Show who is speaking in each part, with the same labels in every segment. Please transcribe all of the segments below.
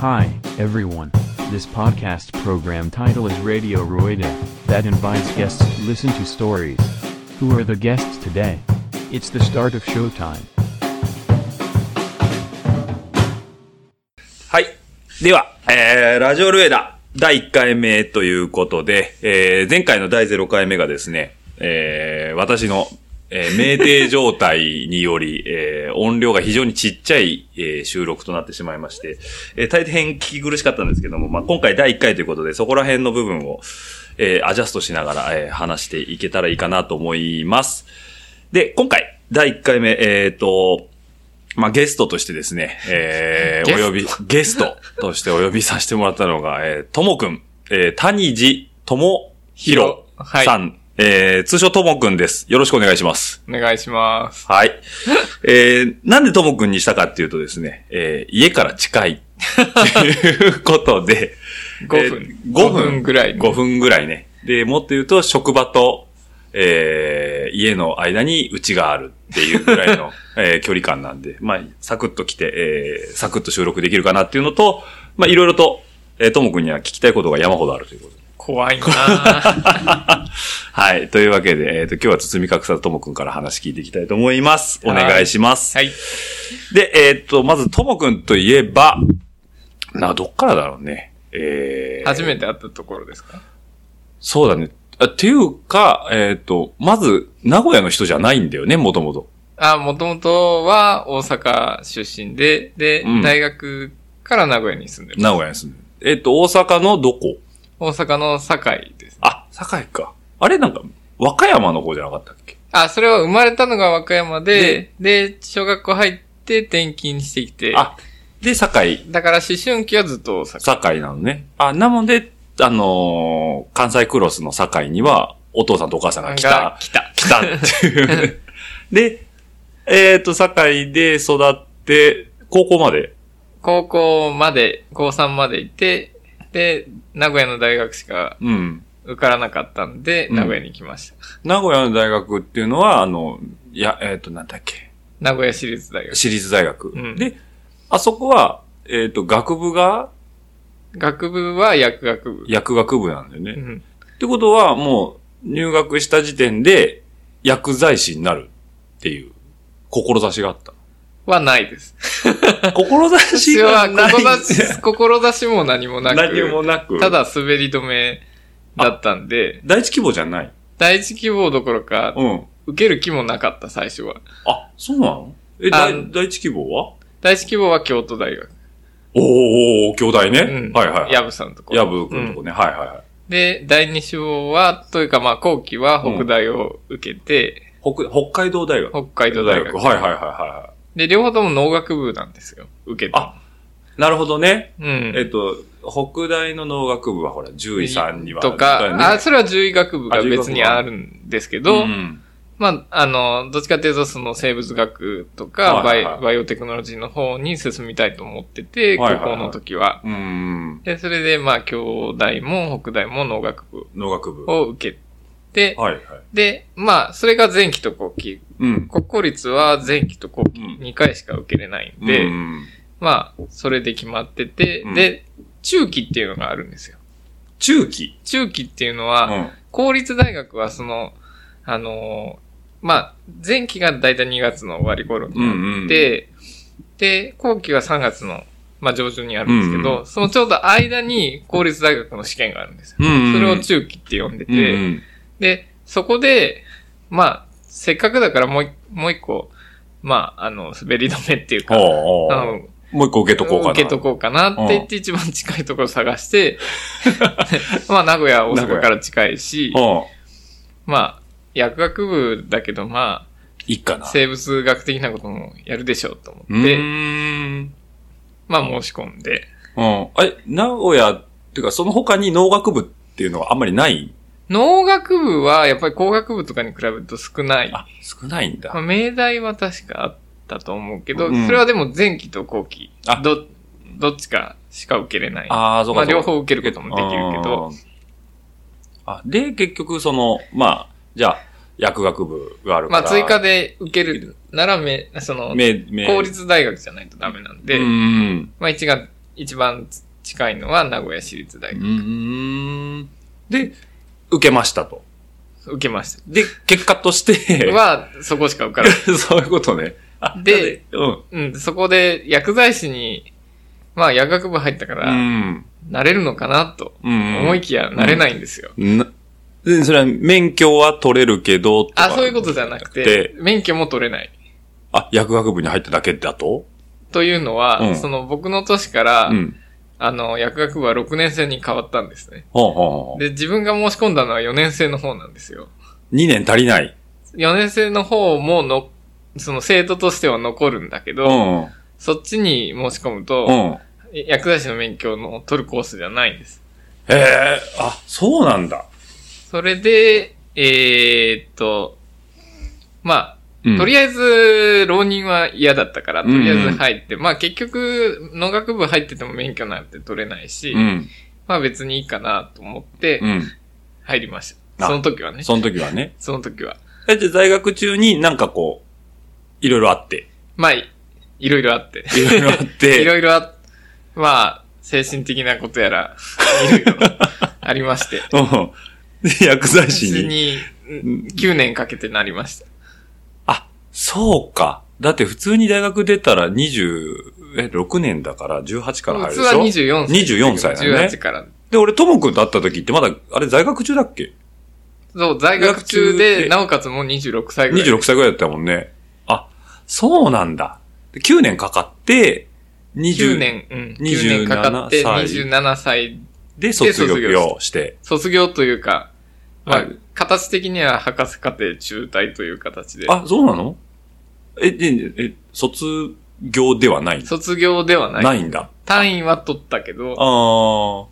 Speaker 1: Hi, everyone. This podcast program title is Radio Roida, that invites guests to listen to stories. Who are the guests today? It's the start of showtime.
Speaker 2: はい。では、えー、ラジオルエダ、第1回目ということで、えー、前回の第0回目がですね、えー、私の、えー、酩酊状態により、えー、音量が非常にちっちゃい、えー、収録となってしまいまして、えー、大変聞き苦しかったんですけども、まあ、今回第1回ということで、そこら辺の部分を、えー、アジャストしながら、えー、話していけたらいいかなと思います。で、今回、第1回目、えっ、と、まあ、ゲストとしてですね、えー、お呼び、ゲストとしてお呼びさせてもらったのが、えー、ともくん、えー、谷地ともひろ
Speaker 3: はい
Speaker 2: さん、えー、通称ともくんです。よろしくお願いします。
Speaker 3: お願いします。
Speaker 2: はい。えー、なんでともくんにしたかっていうとですね、えー、家から近い。ということで、
Speaker 3: 5分。
Speaker 2: 5分
Speaker 3: ぐらい。
Speaker 2: 5分ぐらいね。で、もっと言うと、職場と、えー、家の間に家があるっていうぐらいの、 えー距離感なんで、まあ、サクッと来て、えー、サクッと収録できるかなっていうのと、まあ、いろいろと、えーともくんには聞きたいことが山ほどあるということで。
Speaker 3: 怖い な
Speaker 2: はい。というわけで、えっ、と、今日は包み隠さずともくんから話聞いていきたいと思います。お願いします。
Speaker 3: はい。
Speaker 2: で、えっ、と、まず、ともくんといえば、な、どっからだろうね。えー、
Speaker 3: 初めて会ったところですか
Speaker 2: そうだね。あっていうか、えっ、と、まず、名古屋の人じゃないんだよね、もともと。
Speaker 3: あ、もともとは大阪出身で、で、
Speaker 2: うん
Speaker 3: 大学から名古屋に住んでる。
Speaker 2: 名古屋に住んでる。えっ、と、大阪のどこ
Speaker 3: 大阪の堺です。
Speaker 2: あ、堺か。あれなんか、和歌山の方じゃなかったっけ
Speaker 3: あ、それは生まれたのが和歌山で、で、小学校入って転勤してきて、
Speaker 2: あ、で、堺、
Speaker 3: だから思春期はずっと大阪。
Speaker 2: 堺なのね。あ、なので、あのー関西クロスの堺には、お父さんとお母さんが来た
Speaker 3: が。来た。
Speaker 2: 来たって いう。で、えっ、と、堺で育って、高校まで。
Speaker 3: 高校まで、高3まで行って、で、名古屋の大学しか
Speaker 2: うん。
Speaker 3: 受からなかったんで、
Speaker 2: うん
Speaker 3: 名古屋に来ました。
Speaker 2: 名古屋の大学っていうのは、あの、いや、えっ、と、なんだっけ、
Speaker 3: 名古屋市立大学。
Speaker 2: 私立大学。
Speaker 3: うん
Speaker 2: で、あそこは、えっ、と、学部が
Speaker 3: 学部は薬学部。
Speaker 2: 薬学部なんだよね。
Speaker 3: う
Speaker 2: っ
Speaker 3: ん。
Speaker 2: てことは、もう、入学した時点で、薬剤師になるっていう、志があった。
Speaker 3: はない です。
Speaker 2: 志
Speaker 3: 私
Speaker 2: が
Speaker 3: は
Speaker 2: ない。
Speaker 3: 志、志も何もなく、
Speaker 2: 何もなく。
Speaker 3: た、だ滑り止めだったんで、
Speaker 2: 第一希望じゃない。
Speaker 3: 第一希望どころか、
Speaker 2: うん。
Speaker 3: 受ける気もなかった、最初は。
Speaker 2: あ、そうなのえ、
Speaker 3: あ
Speaker 2: 第第一希望は
Speaker 3: 第一希望は京都大学。
Speaker 2: おーおーおー兄弟ね。
Speaker 3: うん。
Speaker 2: はいはい。
Speaker 3: やぶさんのとこ。
Speaker 2: やぶくんのとこね。はいはいはい。
Speaker 3: で、第二志望は、というかまあ、後期は北大を受けて、
Speaker 2: 北北海道大学。
Speaker 3: 北海道大学。
Speaker 2: はいはいはいはいは
Speaker 3: で、両方とも農学部なんですよ。受けて。
Speaker 2: あい。なるほどね。
Speaker 3: うん。
Speaker 2: えっと、北大の農学部はほら、獣医さんには。
Speaker 3: とか、
Speaker 2: だね
Speaker 3: あ、それは獣医学部
Speaker 2: あ
Speaker 3: が
Speaker 2: 獣医学部
Speaker 3: 別にあるんですけど、
Speaker 2: うん
Speaker 3: まあ、あの、どっちかというとその生物学とか、
Speaker 2: はいはいはい
Speaker 3: バイバイオテクノロジーの方に進みたいと思ってて、
Speaker 2: はいはいはい
Speaker 3: 高校の時は。
Speaker 2: うん。
Speaker 3: で、それでまあ、京大も北大も農学部
Speaker 2: 農学部。は
Speaker 3: を受けて、
Speaker 2: いはい。
Speaker 3: で、まあ、それが前期と後期。
Speaker 2: うん。
Speaker 3: 国公立は前期と後期
Speaker 2: うん
Speaker 3: 2回しか受けれないんで、
Speaker 2: うん
Speaker 3: まあ、それで決まってて、
Speaker 2: うん
Speaker 3: で、中期っていうのがあるんですよ。
Speaker 2: 中期。
Speaker 3: 中期っていう
Speaker 2: う
Speaker 3: のは、
Speaker 2: ん。
Speaker 3: 公立大学はその、あのーまあ、前期がだいたい2月の終わり頃にあって、で、後期は3月の、まあ、上旬にあるんですけど、
Speaker 2: うん
Speaker 3: そのちょうど間に公立大学の試験があるんです
Speaker 2: う
Speaker 3: よ。
Speaker 2: ん
Speaker 3: それを中期って呼んで
Speaker 2: うん
Speaker 3: て、で、そこで、まあ、せっかくだからもう一、もう一個、まあ、あの、滑り止めっていう
Speaker 2: お
Speaker 3: か、
Speaker 2: う
Speaker 3: あ
Speaker 2: おう
Speaker 3: の
Speaker 2: もう一個受けとこうかな。
Speaker 3: 受けとこうかなって言って一番近いところ 探して、まあ、名古屋、大阪から近いし、
Speaker 2: うん。
Speaker 3: まあ、薬学部だけど、ま
Speaker 2: いっか
Speaker 3: あ、
Speaker 2: な。
Speaker 3: 生物学的なこともやるでしょうと思
Speaker 2: う
Speaker 3: って、
Speaker 2: ーん。
Speaker 3: まあ申し込んで、
Speaker 2: うん。え、名古屋、っていうか、その他に農学部っていうのはあんまりない
Speaker 3: 農学部はやっぱり工学部とかに比べると少ない。
Speaker 2: あ、少ないん
Speaker 3: まあ、
Speaker 2: だ。
Speaker 3: 明大は確かあったと思うけど、
Speaker 2: うん
Speaker 3: それはでも前期と後期
Speaker 2: あ、
Speaker 3: ど、どっちかしか受けれない。
Speaker 2: ああ、そう
Speaker 3: ま
Speaker 2: か
Speaker 3: あ
Speaker 2: そうか。
Speaker 3: 両方受けることもできるけど、
Speaker 2: あー。あ、で、結局、その、まあ、じゃあ、薬学部があるか
Speaker 3: ま
Speaker 2: ら。
Speaker 3: あ追加で受けるならめ、その、
Speaker 2: め、め、
Speaker 3: 公立大学じゃないとダメなんで、
Speaker 2: うん。
Speaker 3: まあ1月、一番近いのは名古屋市立大
Speaker 2: う
Speaker 3: 学。
Speaker 2: ーん。で、受けましたと。
Speaker 3: 受けまし
Speaker 2: で、結果として、
Speaker 3: た。 は、そこしか受からな
Speaker 2: そういうことね。あ
Speaker 3: で、
Speaker 2: うん。
Speaker 3: い。うん、そこで薬剤師に、まあ薬学部入ったか
Speaker 2: う
Speaker 3: ら、
Speaker 2: ん。
Speaker 3: なれるのかなと
Speaker 2: うん
Speaker 3: 思いきやなれないんですよ。
Speaker 2: なでそれは免許は取れるけど、とか
Speaker 3: あ、そういうことじゃなくて、免許も取れない。
Speaker 2: あ、薬学部に入っただけだと
Speaker 3: というのは、
Speaker 2: うん
Speaker 3: その僕の年から、
Speaker 2: うん。
Speaker 3: あの、薬学部は6年生に変わったんですね。
Speaker 2: ほうほうほう。
Speaker 3: で、自分が申し込んだのは4年生の方なんですよ。
Speaker 2: 2年足りない。
Speaker 3: 4年生の方もの、その生徒としては残るんだけど、
Speaker 2: うん。
Speaker 3: そっちに申し込むと、
Speaker 2: うん。
Speaker 3: 薬剤師の免許の取るコースじゃないんです。
Speaker 2: へえ、あ、そうなんだ。
Speaker 3: それで、えーっと、ま
Speaker 2: う
Speaker 3: あ、
Speaker 2: ん
Speaker 3: とりあえず、浪人は嫌だったから、とりあえ
Speaker 2: うんう
Speaker 3: ず
Speaker 2: ん
Speaker 3: 入って、まあ結局、農学部入ってても免許なんて取れないし、
Speaker 2: うん。
Speaker 3: まあ別にいいかなと思って
Speaker 2: うん。
Speaker 3: 入りました。
Speaker 2: あ
Speaker 3: その時はね。
Speaker 2: その時はね。
Speaker 3: その時は。
Speaker 2: え、じゃあ在学中になんかこう、いろいろあって。
Speaker 3: まあ、いいろいろあって。
Speaker 2: いろいろあって。
Speaker 3: いろいろあ、まあ、精神的なことや ら、いろいろありまして。
Speaker 2: うん。で薬剤師
Speaker 3: 私
Speaker 2: に。
Speaker 3: に9年かけてなりました。
Speaker 2: あ、そうか。だって普通に大学出たら26年だから18から入る
Speaker 3: 普通
Speaker 2: でしょ
Speaker 3: は24歳。
Speaker 2: 24歳だね
Speaker 3: 18から。
Speaker 2: で、俺ともくんと会った時ってまだ、あれ在学中だっけ
Speaker 3: そう、在学中
Speaker 2: 在学中で
Speaker 3: で、なおかつもう26歳ぐらい。
Speaker 2: 26歳ぐらいだったもんね。あ、そうなんだ。で9年かかって、20
Speaker 3: 9年、うん。
Speaker 2: 27
Speaker 3: 9年かかって、
Speaker 2: 歳
Speaker 3: 27歳。
Speaker 2: で卒
Speaker 3: 卒
Speaker 2: 業
Speaker 3: 業
Speaker 2: して。
Speaker 3: 卒業というか、ま
Speaker 2: は
Speaker 3: あ
Speaker 2: い、
Speaker 3: 形的には博士課程中退という形で。
Speaker 2: あ、そうなのえ、で、え、卒業ではない
Speaker 3: 卒業ではない。
Speaker 2: ないんだ。
Speaker 3: 単位は取ったけど、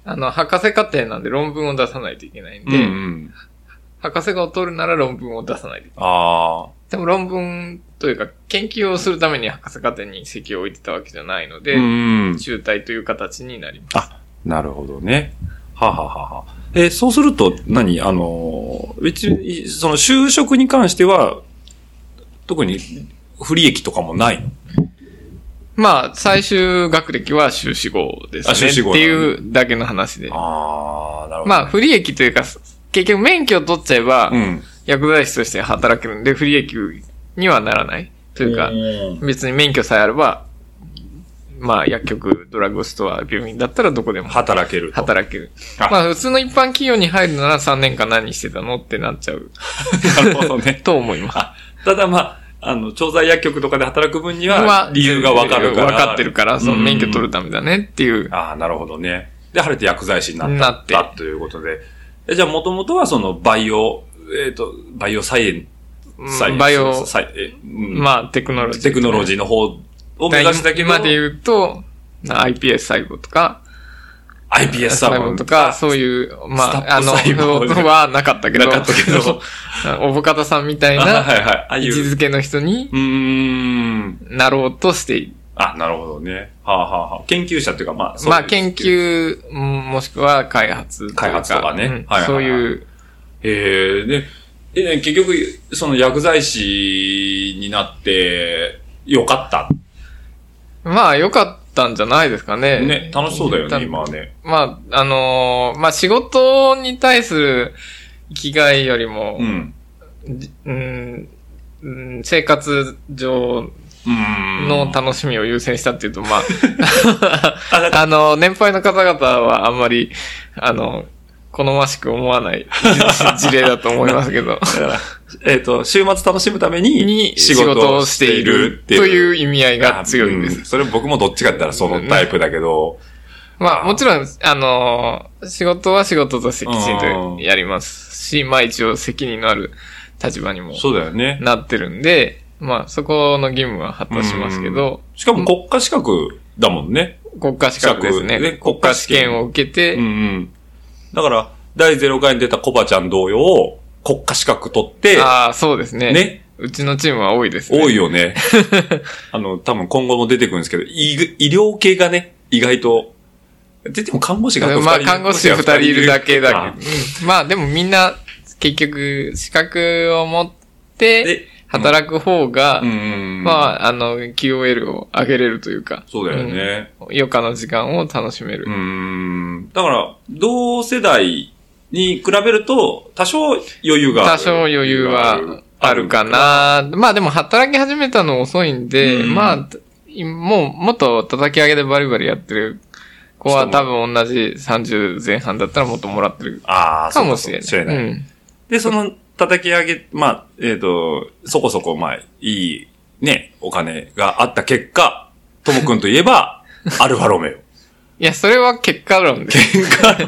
Speaker 2: あー。
Speaker 3: あの、博士課程なんで論文を出さないといけないん
Speaker 2: うんう
Speaker 3: で、
Speaker 2: ん。
Speaker 3: 博士号を取るなら論文を出さないといけない。
Speaker 2: あー。
Speaker 3: でも論文というか、研究をするために博士課程に席を置いてたわけじゃないので、
Speaker 2: うん。
Speaker 3: 中退という形になります。
Speaker 2: なるほどね。はあはあはあはあえーそうすると何、あのー、別に、その就職に関しては、特に不利益とかもないの
Speaker 3: まあ、最終学歴は修士号です
Speaker 2: あ
Speaker 3: ね。
Speaker 2: 修士号
Speaker 3: っていうだけの話で。
Speaker 2: ああ、なるほ
Speaker 3: まあ、不利益というか、結局免許を取っちゃえば、
Speaker 2: うん。
Speaker 3: 薬剤師として働けるんで、不利益にはならない。というか、
Speaker 2: うん
Speaker 3: 別に免許さえあれば、まあ、薬局、ドラッグストア、病院だったらどこでも
Speaker 2: 働けると。
Speaker 3: 働ける。
Speaker 2: あ
Speaker 3: まあ普通の一般企業に入るなら3年間何してたのってなっちゃう
Speaker 2: なるほどね。
Speaker 3: と思います。
Speaker 2: あただまあ、あの、調剤薬局とかで働く分に
Speaker 3: ま
Speaker 2: は
Speaker 3: あ、
Speaker 2: 理由がわかるから。
Speaker 3: わかってるから、その免許取るためだねっていう。
Speaker 2: ああ、なるほどね。で、晴れて薬剤師になった
Speaker 3: なって
Speaker 2: ということで。えじゃあ、もともとはその、バイオ、えっ、と、バイオサイエン、
Speaker 3: うん
Speaker 2: サイエンス
Speaker 3: バイオ、
Speaker 2: サイえうん
Speaker 3: まあテクノロジー。
Speaker 2: テクノロジーの方を目指したけど、
Speaker 3: 今で言うと、な iPS 細胞とか、
Speaker 2: iPS サーバー
Speaker 3: とか、そういう、ま
Speaker 2: スタ
Speaker 3: あ、あ
Speaker 2: ッド
Speaker 3: の、
Speaker 2: 細胞ね
Speaker 3: はなかったけど、
Speaker 2: なかったけど
Speaker 3: おぼかたさんみたい
Speaker 2: あ
Speaker 3: な
Speaker 2: はいはい。ああい
Speaker 3: 位
Speaker 2: う。
Speaker 3: 置づけの人に
Speaker 2: うーん。
Speaker 3: なろうとしている。
Speaker 2: あ、なるほどね。はあ、はあはあ、研究者っていうか、まあ、そういう
Speaker 3: まあ、研。究、うんもしくは開発という。
Speaker 2: 開発とかね
Speaker 3: うん
Speaker 2: はいはいはい
Speaker 3: そういう、
Speaker 2: ええで、えね結局、その薬剤師になって、よかった。
Speaker 3: まあ、良かったんじゃないですかね。
Speaker 2: ね、楽しそうだよ
Speaker 3: た
Speaker 2: ね、今はね。
Speaker 3: まあ、あのーまあ、仕事に対する生きがいよりも
Speaker 2: う、ん。
Speaker 3: じうん、うん生活上
Speaker 2: うん。
Speaker 3: の楽しみを優先したっていうと、まあ、
Speaker 2: あだか
Speaker 3: あの、年配の方々はあんまり、あの、好ましく思わない 事例だと思いますけど、
Speaker 2: らえっ、と、週末楽しむために
Speaker 3: に仕事をしているという意味合いが強いんです
Speaker 2: う。んそれ僕もどっちかって言ったらそのタイプだけど、
Speaker 3: まあ、もちろん、あのー仕事は仕事としてきちんとやりますし、まあ一応責任のある立場にも
Speaker 2: そうだよね。
Speaker 3: なってるんで、まあそこの義務は果たしますけど、
Speaker 2: しかも国家資格だもんね。
Speaker 3: 国家資格です
Speaker 2: 資格で
Speaker 3: ね。
Speaker 2: 国
Speaker 3: 国
Speaker 2: 家
Speaker 3: 家
Speaker 2: 試
Speaker 3: 試
Speaker 2: 験
Speaker 3: 験を受けて、
Speaker 2: うんうん。だから、第0回に出たコバちゃん同様、国家資格取って、
Speaker 3: ああ、そうですね。
Speaker 2: ね。
Speaker 3: うちのチームは多いですね。
Speaker 2: 多いよ ね。あの、多分今後も出てくるんですけど、医医療系がね、意外と、出ても看護師があと
Speaker 3: まあ
Speaker 2: 二人
Speaker 3: 看護師二人いるだけだ
Speaker 2: あ
Speaker 3: けど、うんまあでもみんな結局資格を持って
Speaker 2: で、
Speaker 3: 働く方が、
Speaker 2: うん。
Speaker 3: ま
Speaker 2: あ。
Speaker 3: あ、あの、QOL を上げれるというか。
Speaker 2: そうだよね。
Speaker 3: うん。余暇の時間を楽しめる。
Speaker 2: うん。だから、同世代に比べると、多少余裕がある。
Speaker 3: 多少余裕はあるか。な。まあでも働き始めたの遅いんで、
Speaker 2: うん
Speaker 3: まあ、いもう、もっと叩き上げでバリバリやってる子は多分同じ30前半だったらもっともらってる
Speaker 2: ああ、
Speaker 3: かもしれ
Speaker 2: そうかもしれ
Speaker 3: な。
Speaker 2: ないい。で、その、叩き上げ、まあ、えっ、と、そこそこ、まあ、いい、ね、お金があった結果、ともくんといえ ば、アルファロメ
Speaker 3: いや、それは結果論で。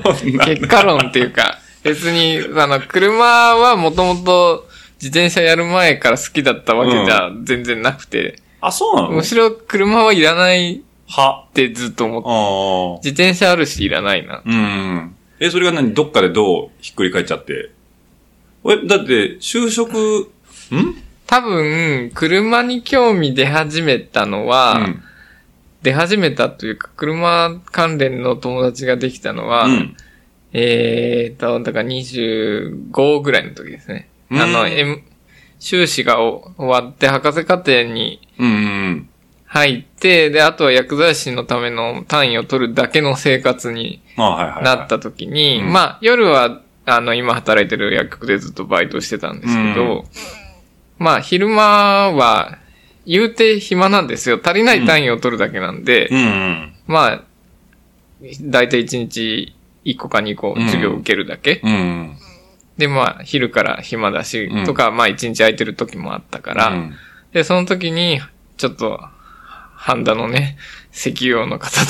Speaker 2: オ。そん な
Speaker 3: 結果論っていうか、別に、あの、車はもともと自転車やる前から好きだったわけじゃ全然なくて、
Speaker 2: あ、そうなの
Speaker 3: むしろ車はいらないっ
Speaker 2: は。
Speaker 3: てずっと思って、
Speaker 2: ああ。
Speaker 3: 自転車あるしいらないな。
Speaker 2: うん。え、それが何どっかでどうひっくり返っちゃって。え、だって、就職、ん
Speaker 3: 多分、車に興味出始めたの
Speaker 2: う
Speaker 3: は、
Speaker 2: ん。
Speaker 3: 出始めたというか、車関連の友達ができたのは、
Speaker 2: うん。
Speaker 3: えーと、だから25ぐらいの時ですね。
Speaker 2: うん
Speaker 3: あの、M、修士がお終わって博士課程に
Speaker 2: うん。
Speaker 3: 入って、で、あとは薬剤師のための単位を取るだけの生活に
Speaker 2: あはいはい、はい。
Speaker 3: なった時に、
Speaker 2: うん
Speaker 3: まあ、夜は、あの、今働いてる薬局でずっとバイトしてたんですけど、まあ、昼間は、言うて暇なんですよ。足りない単位を取るだけなんで、
Speaker 2: うんうん。
Speaker 3: まあ、だいたい1日1個か2個
Speaker 2: うん
Speaker 3: 授業を受けるだけ。
Speaker 2: うん。
Speaker 3: で、まあ、昼から暇だし、
Speaker 2: うん
Speaker 3: とか、まあ、1日空いてる時もあったから、
Speaker 2: うん
Speaker 3: で、その時に、ちょっと、ハンダのね、石油王の方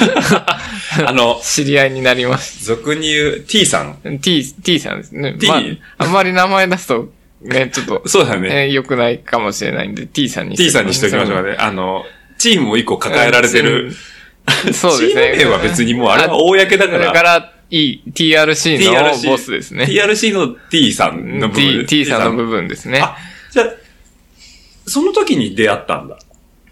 Speaker 2: あの
Speaker 3: と、 知り合いになりまし
Speaker 2: 俗に言う T さん。
Speaker 3: た。T、T さんですね。
Speaker 2: T？
Speaker 3: まあ、あんまり名前出すと、ね、ちょっと、
Speaker 2: そうだね。
Speaker 3: えー良くないかもしれないんで、T さんに
Speaker 2: T さんにしておきましょうかね。あの、チームを一個抱えられてる。
Speaker 3: うん。そうですね。
Speaker 2: チーム名は別にもうあれは
Speaker 3: あ
Speaker 2: 公だか
Speaker 3: だ
Speaker 2: ら。
Speaker 3: から、いい TRC の
Speaker 2: TRC
Speaker 3: ボスですね。
Speaker 2: TRC の T さんの部分
Speaker 3: T, T さんの部分ですね。
Speaker 2: あ、じゃあ、その時に出会ったんだ。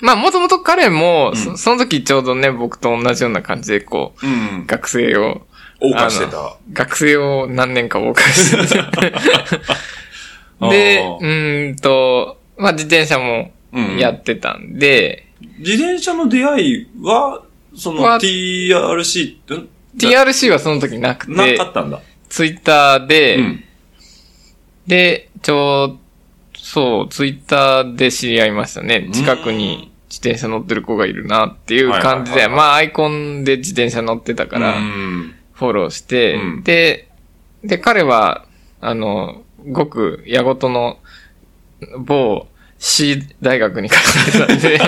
Speaker 3: まあ、もともと彼も、
Speaker 2: うん
Speaker 3: そその時ちょうどね、僕と同じような感じで、こう、
Speaker 2: うん。
Speaker 3: 学生を、
Speaker 2: 謳歌してた。
Speaker 3: 学生を何年か謳歌しててで、
Speaker 2: あ
Speaker 3: うーんと、まあ、自転車もやってたんで、
Speaker 2: 自転車の出会いは、その
Speaker 3: は
Speaker 2: TRC って、ん
Speaker 3: TRC はその時なく
Speaker 2: な
Speaker 3: て
Speaker 2: か、ったんだ。
Speaker 3: ツイッターで、
Speaker 2: うん。
Speaker 3: で、ちょう、そう、ツイッターで知り合いましたね
Speaker 2: ん。
Speaker 3: 近くに自転車乗ってる子がいるなっていう感じ
Speaker 2: はいはい
Speaker 3: で、
Speaker 2: はいはい
Speaker 3: まあ、アイコンで自転車乗ってたから、
Speaker 2: うん。
Speaker 3: フォローして、
Speaker 2: うん
Speaker 3: で、で、彼は、あの、ごく、矢ごとの、某、C 大学に通ってた んで、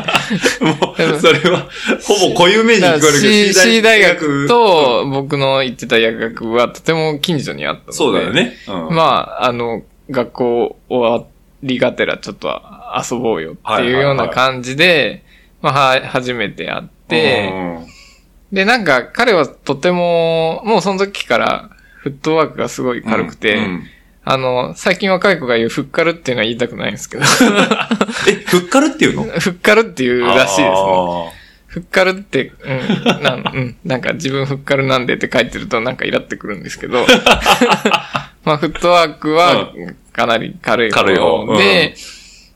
Speaker 2: もう、それは、ほぼ固有名人に聞こえる
Speaker 3: C,
Speaker 2: けど、
Speaker 3: C 大学、と僕の行ってた薬学はとても近所にあったので、
Speaker 2: そうだよ。ね。うん
Speaker 3: まあ、あの、学校終わりがてらちょっと遊ぼうよっていうような感じで、まあ、は初めて会って、で、なんか彼はとても、もうその時からフットワークがすごい
Speaker 2: うん
Speaker 3: 軽くて、
Speaker 2: うん
Speaker 3: あの、最近若い子が言うフッカルっていうのは言いたくないんですけ ど、
Speaker 2: え、ふっかるっていうの
Speaker 3: フッカルっていうらしいですね。
Speaker 2: ね。
Speaker 3: フッカルって、うん、なん、 うん、なんか自分フッカルなんでって書いてるとなんかイラってくるんです けど、まあフットワークはかなり軽い方
Speaker 2: 軽い方うん
Speaker 3: で、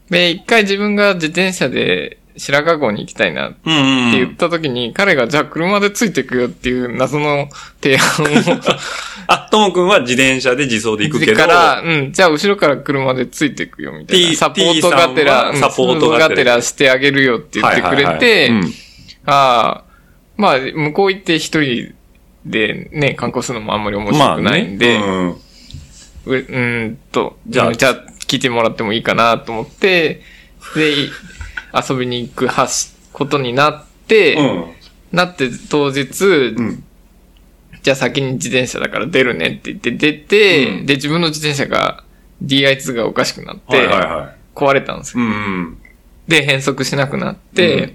Speaker 3: で、一回自分が自転車で白川郷に行きたいなって
Speaker 2: うんうん。
Speaker 3: 言った時に、彼がじゃあ車でついてくよっていう謎の提案を
Speaker 2: あ、ともくんは自転車で自走で行くけど。
Speaker 3: から、うん、じゃあ後ろから車でついていくよ、みたい
Speaker 2: T-
Speaker 3: な。サポートがて
Speaker 2: T さんは
Speaker 3: ら、うん
Speaker 2: サポートがてら
Speaker 3: サしてあげるよって言ってくれて、
Speaker 2: はいはいはい
Speaker 3: ああ、まあ、向こう行って一人でね、観光するのもあんまり面
Speaker 2: うんま
Speaker 3: 白
Speaker 2: あ
Speaker 3: く
Speaker 2: ね
Speaker 3: ないんで、
Speaker 2: うん
Speaker 3: ううーんと、
Speaker 2: じ
Speaker 3: じ
Speaker 2: ゃ
Speaker 3: ゃ
Speaker 2: あ
Speaker 3: あ、じゃあ聞いてもらってもいいかなと思って、で、い遊びに行くはし、ことになって、
Speaker 2: うん。
Speaker 3: なって当日、
Speaker 2: ん
Speaker 3: じゃあ先に自転車だから出るねって言って出て、
Speaker 2: うん
Speaker 3: で、自分の自転車が DI2 がおかしくなっ
Speaker 2: はい
Speaker 3: て、
Speaker 2: はいはい。
Speaker 3: 壊れたんです
Speaker 2: う
Speaker 3: よ。
Speaker 2: んうん。
Speaker 3: で、変速しなくなって、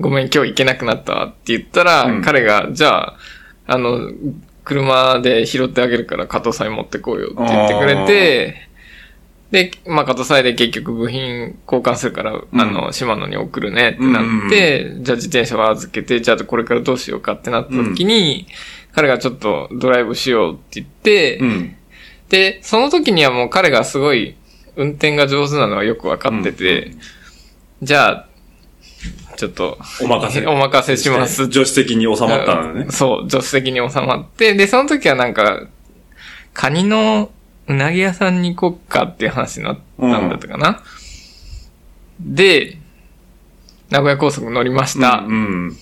Speaker 3: ごめん、今日行けなくなったわって言ったら、
Speaker 2: うん
Speaker 3: 彼が、じゃあ、あの、車で拾ってあげるから、加藤祭持ってこうよって言ってくれて、で、まあ、加藤祭で結局部品交換するから、
Speaker 2: うん
Speaker 3: あの、島野に送るねってなって、じゃあ自転車は預けて、じゃあこれからどうしようかってなった時に、彼がちょっとドライブしようって言って、
Speaker 2: うん。
Speaker 3: で、その時にはもう彼がすごい、運転が上手なのはよくわかってて、じゃあ、ちょっと、
Speaker 2: お任せ
Speaker 3: お任せします。
Speaker 2: 助手席に収まったのね。
Speaker 3: そう、助手席に収まって、で、その時はなんか、カニのうなぎ屋さんに行こっかっていう話になったんだったかな。で、名古屋高速乗りました。
Speaker 2: うんうん。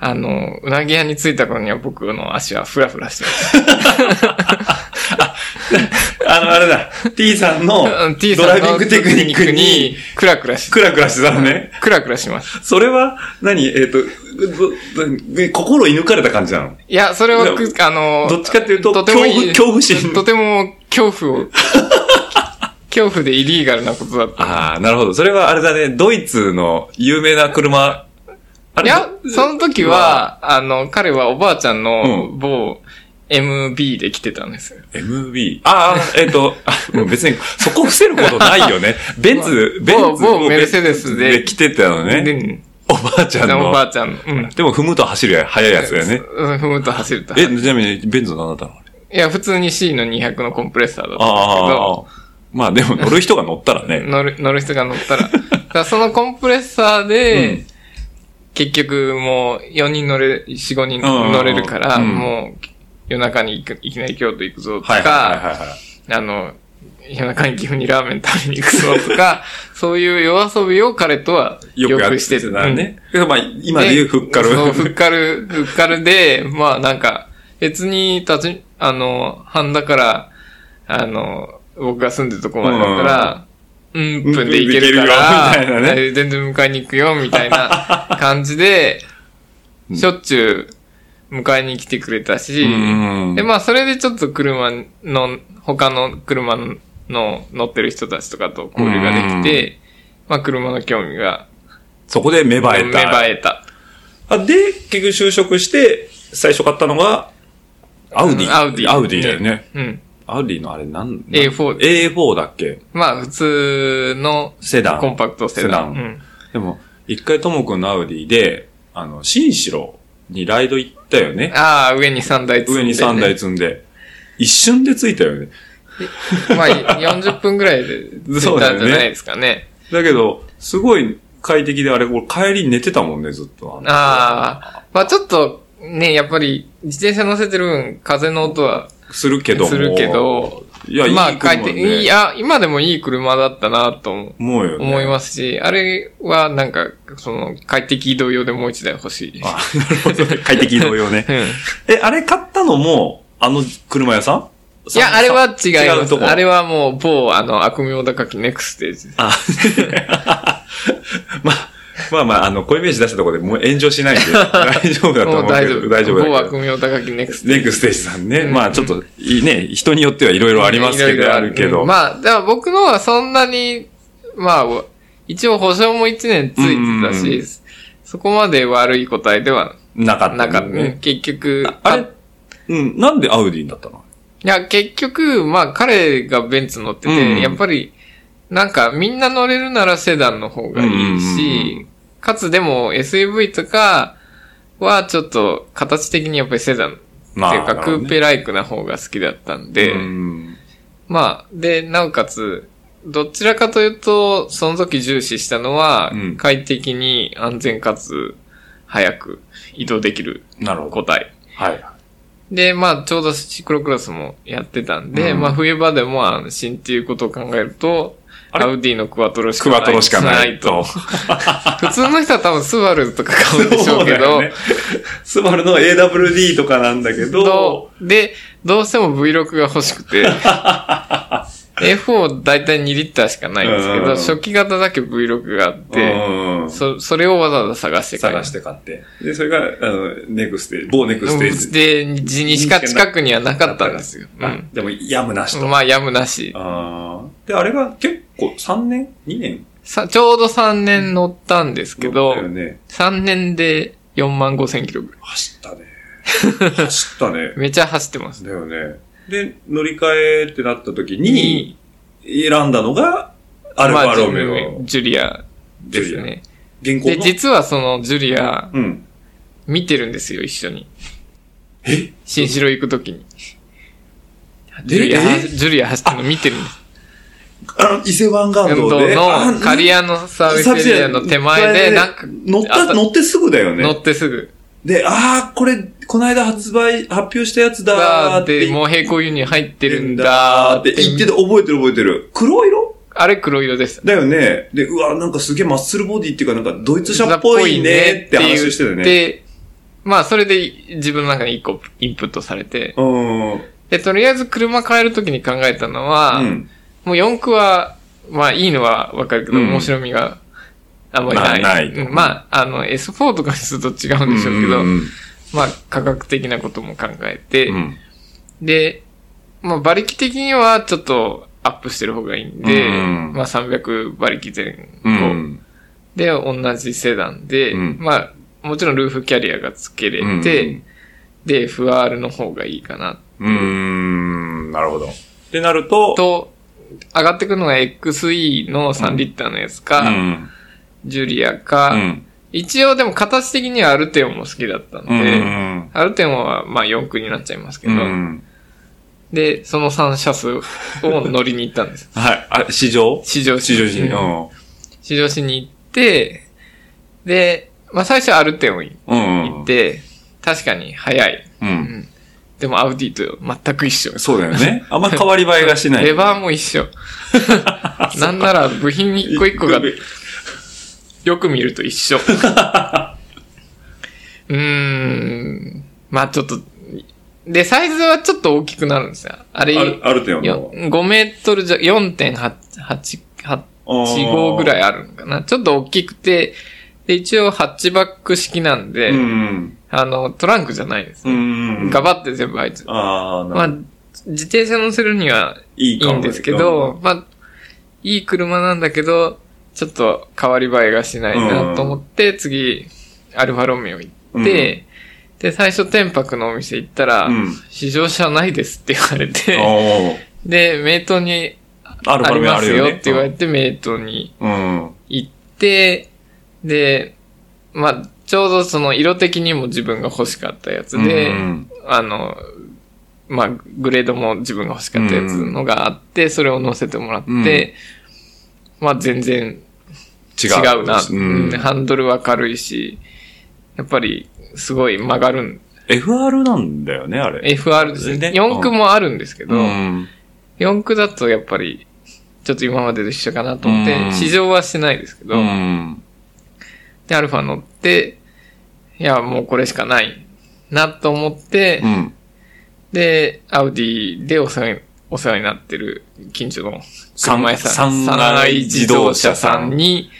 Speaker 3: あの、うなぎ屋に着いた頃には僕の足はフラフラしてまし
Speaker 2: あの、あれだ。T さんの
Speaker 3: た うん。T さ
Speaker 2: ド
Speaker 3: ん
Speaker 2: ライビ
Speaker 3: の
Speaker 2: ングテクニックに、、
Speaker 3: クラクラし、
Speaker 2: クラクラしてたのね。
Speaker 3: クラクラしました。
Speaker 2: それは何、えっ、とどどえ心射抜かれた感じなの
Speaker 3: いや、それはく、あの、
Speaker 2: どっちかっていうと、
Speaker 3: とて
Speaker 2: 恐
Speaker 3: も
Speaker 2: 怖
Speaker 3: いい、
Speaker 2: 恐怖心。
Speaker 3: とても 恐怖を、恐怖でイリーガルなことだった。
Speaker 2: ああ、なるほど。それはあれだね、ドイツの有名な車。あ
Speaker 3: い
Speaker 2: れ
Speaker 3: や、その時は、あの、彼はおばあちゃんの
Speaker 2: うん
Speaker 3: 某 MB で来てたんですよ。
Speaker 2: MB。ああ、えっ、と、 あもう別に、そこ伏せることないよね。ベン ツ、ベンツ。
Speaker 3: 某某メルセデスで
Speaker 2: 来てたのね。
Speaker 3: で、
Speaker 2: おばあちゃん
Speaker 3: おば
Speaker 2: の。
Speaker 3: あちゃんの、うん。
Speaker 2: でも踏むと走るや、速いやつだよね。
Speaker 3: うん。踏むと走ると。
Speaker 2: え、ちなみに、ベンツ何だったのあれ
Speaker 3: いや、普通に C の200のコンプレッサーだったんですけ
Speaker 2: あ
Speaker 3: ど
Speaker 2: ー、まあでも乗る人が乗ったらね。
Speaker 3: 乗る、乗る人が乗った ら。だからそのコンプレッサーで、
Speaker 2: うん
Speaker 3: 結局もう4人乗れ、4、5人乗れるから、
Speaker 2: うん
Speaker 3: もう夜中に行くいきなり京都行くぞとか、
Speaker 2: はいはいはいはい。
Speaker 3: あの、夜中に岐阜にラーメン食べに行くぞとか、そういう夜遊びを彼とはよ
Speaker 2: よくやっ
Speaker 3: く
Speaker 2: て
Speaker 3: して
Speaker 2: た
Speaker 3: た。
Speaker 2: ね。まあ、
Speaker 3: うん。
Speaker 2: 今で言うふっかる。
Speaker 3: そう、ふっかる、ふっかるで、まあなんか、別に、たち、あの、半だから、あの、僕が住んでるとこまでだったら、うん、
Speaker 2: うん
Speaker 3: 分で行けるか
Speaker 2: 行
Speaker 3: ら、
Speaker 2: けるよみたいなね
Speaker 3: え全然迎えに行くよ、みたいな感じで、しょっちゅう迎えに来てくれたし、
Speaker 2: うん
Speaker 3: で、まあ、それでちょっと車の、他の車の乗ってる人たちとかと交流ができて、まあ、車の興味が
Speaker 2: そこで芽生え
Speaker 3: 芽
Speaker 2: た。
Speaker 3: 生えた。
Speaker 2: あで、結局就職して、最初買ったのが、アウディ。
Speaker 3: アウディ。
Speaker 2: アウディだよね。
Speaker 3: うん。
Speaker 2: アウディのあれなん、
Speaker 3: A4
Speaker 2: A4 だっけ
Speaker 3: まあ、普通の
Speaker 2: セダン。
Speaker 3: コンパクトセダン。
Speaker 2: セダでも、一回ともくんのアウディで、あの、新城にライド行ったよ
Speaker 3: う
Speaker 2: ね
Speaker 3: ん。。ああ、上に3台積んで、
Speaker 2: 上に3台。積んで。一瞬で着いたよね。
Speaker 3: まあ、40分ぐらいで着いたんじゃないですかね。
Speaker 2: だけど、すごい快適で、あれ、俺帰り寝てたもんね、ずっと。
Speaker 3: ああ、まあ、ちょっと、ね、やっぱり、自転車乗せてる分、風の音は
Speaker 2: するけども。
Speaker 3: するけど、
Speaker 2: いや、いい
Speaker 3: ま
Speaker 2: 車
Speaker 3: あ、
Speaker 2: ね、
Speaker 3: 帰って、いや、今でもいい車だったなと思う
Speaker 2: 思うよね。
Speaker 3: 思いますし、あれはなんか、その、快適移動用でもう一台欲しい。
Speaker 2: あ、なるほどね。快適同様ね
Speaker 3: う。ん。
Speaker 2: え、あれ買ったのも、あの車屋さん
Speaker 3: いや、あれは違いま
Speaker 2: うと
Speaker 3: す。
Speaker 2: こ
Speaker 3: あれはもう、某、あの、悪名高きネクステージです。
Speaker 2: あ まあ、まあまあ、あの、こういうイメージ出したところでもう炎上しないん で、大丈夫だと思う
Speaker 3: もう
Speaker 2: けど。
Speaker 3: 大丈夫。
Speaker 2: 大丈夫
Speaker 3: 某
Speaker 2: だけ
Speaker 3: 悪
Speaker 2: ど。
Speaker 3: 名高きネクステージ。
Speaker 2: ネクステージさんね。
Speaker 3: うん
Speaker 2: まあちょっと、いいね、人によってはいろいろありますけ
Speaker 3: いろい
Speaker 2: ど、
Speaker 3: ろ
Speaker 2: あるけど。
Speaker 3: うんまあ、でも僕のはそんなに、まあ、一応保証も1年ついてた
Speaker 2: うんうんう
Speaker 3: し、そこまで悪い答えでは
Speaker 2: なかった、
Speaker 3: なかった。うん。結局、
Speaker 2: あれうん、なんでアウディだったの
Speaker 3: いや、結局、まあ、彼がベンツ乗ってて、
Speaker 2: うん
Speaker 3: やっぱり、なんか、みんな乗れるならセダンの方がいい
Speaker 2: う
Speaker 3: し、
Speaker 2: んうんうん
Speaker 3: かつでも SUV とかはちょっと形的にやっぱりセダンって
Speaker 2: ま
Speaker 3: いうかクーペライクな方が好きだったんで、
Speaker 2: うん
Speaker 3: まあ、で、なおかつ、どちらかというと、その時重視したのは、
Speaker 2: うん
Speaker 3: 快適に安全かつ早く移動できる
Speaker 2: なるほど。
Speaker 3: 答え。
Speaker 2: はい。
Speaker 3: で、まあ、ちょうどシクロクロスもやってたんで、
Speaker 2: うん
Speaker 3: まあ、冬場でも安心っていうことを考えると、
Speaker 2: あれ
Speaker 3: アウディのクワトロしか
Speaker 2: ク
Speaker 3: ない。
Speaker 2: ワトロしかないと。
Speaker 3: 普通の人は多分スバルとか買うんでしょうけ
Speaker 2: そだ
Speaker 3: ど、
Speaker 2: よねスバルの AWD とかなんだけど
Speaker 3: ど、うで、どうしても V6 が欲しく て、A4 大体2リッターしかないんですけ
Speaker 2: うん
Speaker 3: ど、初期型だけ V6 があっ
Speaker 2: う
Speaker 3: て、
Speaker 2: んうん
Speaker 3: そ、それをわざわざ探して買いま
Speaker 2: 探
Speaker 3: し
Speaker 2: したて買って。で、それが、あの、ネクステージ、某ネクステージ。
Speaker 3: で、地にしか近くにはなかったんですよ。う
Speaker 2: あ
Speaker 3: ん。
Speaker 2: でも、やむなしと。
Speaker 3: まあ、やむなし。
Speaker 2: あーで、あれが結構3年 ?2 年
Speaker 3: さ、ちょうど3年乗ったんですけど
Speaker 2: だ、よね。
Speaker 3: 3年で4万5千キロぐらい。
Speaker 2: 走ったね。走ったね。
Speaker 3: めちゃ走ってます。
Speaker 2: だよね。で、乗り換えってなった時に、選んだのが、アルファロメ
Speaker 3: まあ
Speaker 2: オ。
Speaker 3: ジュリアですね。
Speaker 2: 現行
Speaker 3: で、
Speaker 2: の。
Speaker 3: 実はそのジュリア、
Speaker 2: うん。
Speaker 3: 見てるんですよ、一緒に。
Speaker 2: え
Speaker 3: 新城行くときに。
Speaker 2: で
Speaker 3: ジュリア、
Speaker 2: え
Speaker 3: ジュリア走ってるの見てるんです。
Speaker 2: あ伊勢湾岸
Speaker 3: 運
Speaker 2: 道
Speaker 3: 動
Speaker 2: で。あ
Speaker 3: の、カリアのサービスエリアの手前で、なんか、
Speaker 2: 乗っ
Speaker 3: あ
Speaker 2: た、乗ってすぐだよね。
Speaker 3: 乗ってすぐ。
Speaker 2: で、ああ、これ、この間発売、発表したやつだ
Speaker 3: だ
Speaker 2: ー
Speaker 3: ー
Speaker 2: っ
Speaker 3: ってて、
Speaker 2: 言っ
Speaker 3: もう平行輸入入って
Speaker 2: て
Speaker 3: る
Speaker 2: る
Speaker 3: ん
Speaker 2: ん
Speaker 3: だ
Speaker 2: だー
Speaker 3: ーっ
Speaker 2: ってて。言ってて覚えてる覚えてる。黒色
Speaker 3: あれ黒色です。
Speaker 2: だよね。で、うわ、なんかすげえマッスルボディっていうか、なんかドイツ車っぽいねーって話をしてたよね。
Speaker 3: で、まあそれで自分の中に一個インプットされて、
Speaker 2: うん。うん。
Speaker 3: で、とりあえず車変えるときに考えたのは、もう四駆は、まあいいのはわかるけど、
Speaker 2: うん
Speaker 3: 面白みがあんまりない。
Speaker 2: まあない
Speaker 3: うんまあ、あの S4 とかにすると違うんでしょうけど、
Speaker 2: うんうん
Speaker 3: まあ価格的なことも考えて、
Speaker 2: うん。
Speaker 3: で、まあ馬力的にはちょっとアップしてる方がいいんで、
Speaker 2: うん
Speaker 3: まあ300馬力前後。
Speaker 2: うん。
Speaker 3: で、同じセダンで、
Speaker 2: うん
Speaker 3: まあ、もちろんルーフキャリアがつけれて、
Speaker 2: うん
Speaker 3: で、FR の方がいいかな。
Speaker 2: うーん、なるほど。ってなると、
Speaker 3: と、上がってくるのが XE の3リッターのやつか、
Speaker 2: うん。
Speaker 3: ジュリアか、
Speaker 2: うん。
Speaker 3: 一応でも形的にはアルテオンも好きだったん
Speaker 2: う
Speaker 3: で、
Speaker 2: ん。
Speaker 3: アルテオンはまあ4駆になっちゃいますけ
Speaker 2: う
Speaker 3: ど、
Speaker 2: ん。
Speaker 3: で、その3車数を乗りに行ったん です。
Speaker 2: はい。あ、市場
Speaker 3: 試乗し
Speaker 2: 市場市
Speaker 3: にうん
Speaker 2: 場。
Speaker 3: 試乗しに行って、で、まあ最初はアルテオンに
Speaker 2: うん。うん
Speaker 3: 行っ。て、確かに早い。
Speaker 2: うん。
Speaker 3: でもアウディと全く一緒。
Speaker 2: そうだよ ね。あんま変わり映えがしない。
Speaker 3: レバーも一 緒。なんなら部品一個一個がよく見ると一 緒。うーん。まあちょっと、で、サイズはちょっと大きくなるんですよ。あれ、
Speaker 2: ある、ある程度
Speaker 3: よ
Speaker 2: の。
Speaker 3: 5メートルじゃ、4.85ぐ
Speaker 2: い。
Speaker 3: らいあるのかな。ちょっと大きくて、で、一応ハッチバック式なんで、
Speaker 2: うん。
Speaker 3: あの、トランクじゃないです。
Speaker 2: うん。
Speaker 3: ガバって全部入ってる。
Speaker 2: ああ、
Speaker 3: ま
Speaker 2: な
Speaker 3: あ
Speaker 2: るほど。、
Speaker 3: 自転車乗せるにはい
Speaker 2: い
Speaker 3: いいんですけど、、まあ、いい車なんだけど、ちょっと変わり映えがしないなと思って、次、アルファロメオ行っ
Speaker 2: う
Speaker 3: て、
Speaker 2: ん
Speaker 3: で、最初、天白のお店行ったら、
Speaker 2: うん
Speaker 3: 試乗車ないですって言われ
Speaker 2: お
Speaker 3: て、
Speaker 2: ー
Speaker 3: で、名刀に
Speaker 2: ある
Speaker 3: ありますよって言われ
Speaker 2: て。
Speaker 3: て、名刀に
Speaker 2: うん。
Speaker 3: 行って、で、まあ、ちょうどその色的にも自分が欲しかったやつで、
Speaker 2: うん
Speaker 3: あの、まあ、グレードも自分が欲しかったやつのがあって、それを乗せてもらって、まあ、全然違
Speaker 2: 違
Speaker 3: うな、
Speaker 2: うん
Speaker 3: うんハンドルは軽いし、やっぱりすごい曲がるん、
Speaker 2: FR なんだよね、あれ。
Speaker 3: FR です
Speaker 2: で
Speaker 3: ね
Speaker 2: ね。
Speaker 3: 四駆もあるんですけど、
Speaker 2: うん。
Speaker 3: 四駆だとやっぱり、ちょっと今までと一緒かなと思っ
Speaker 2: うん
Speaker 3: て、試乗はしないですけど、
Speaker 2: うん。
Speaker 3: で、アルファ乗って、いや、もうこれしかないなと思って、
Speaker 2: うん。
Speaker 3: で、アウディでお世話にお世話になってる近所の
Speaker 2: 三
Speaker 3: 車屋さん、
Speaker 2: 三
Speaker 3: 愛
Speaker 2: 愛
Speaker 3: 自
Speaker 2: 自
Speaker 3: 動
Speaker 2: 動
Speaker 3: 車
Speaker 2: 車
Speaker 3: さ
Speaker 2: さ
Speaker 3: ん
Speaker 2: ん
Speaker 3: に、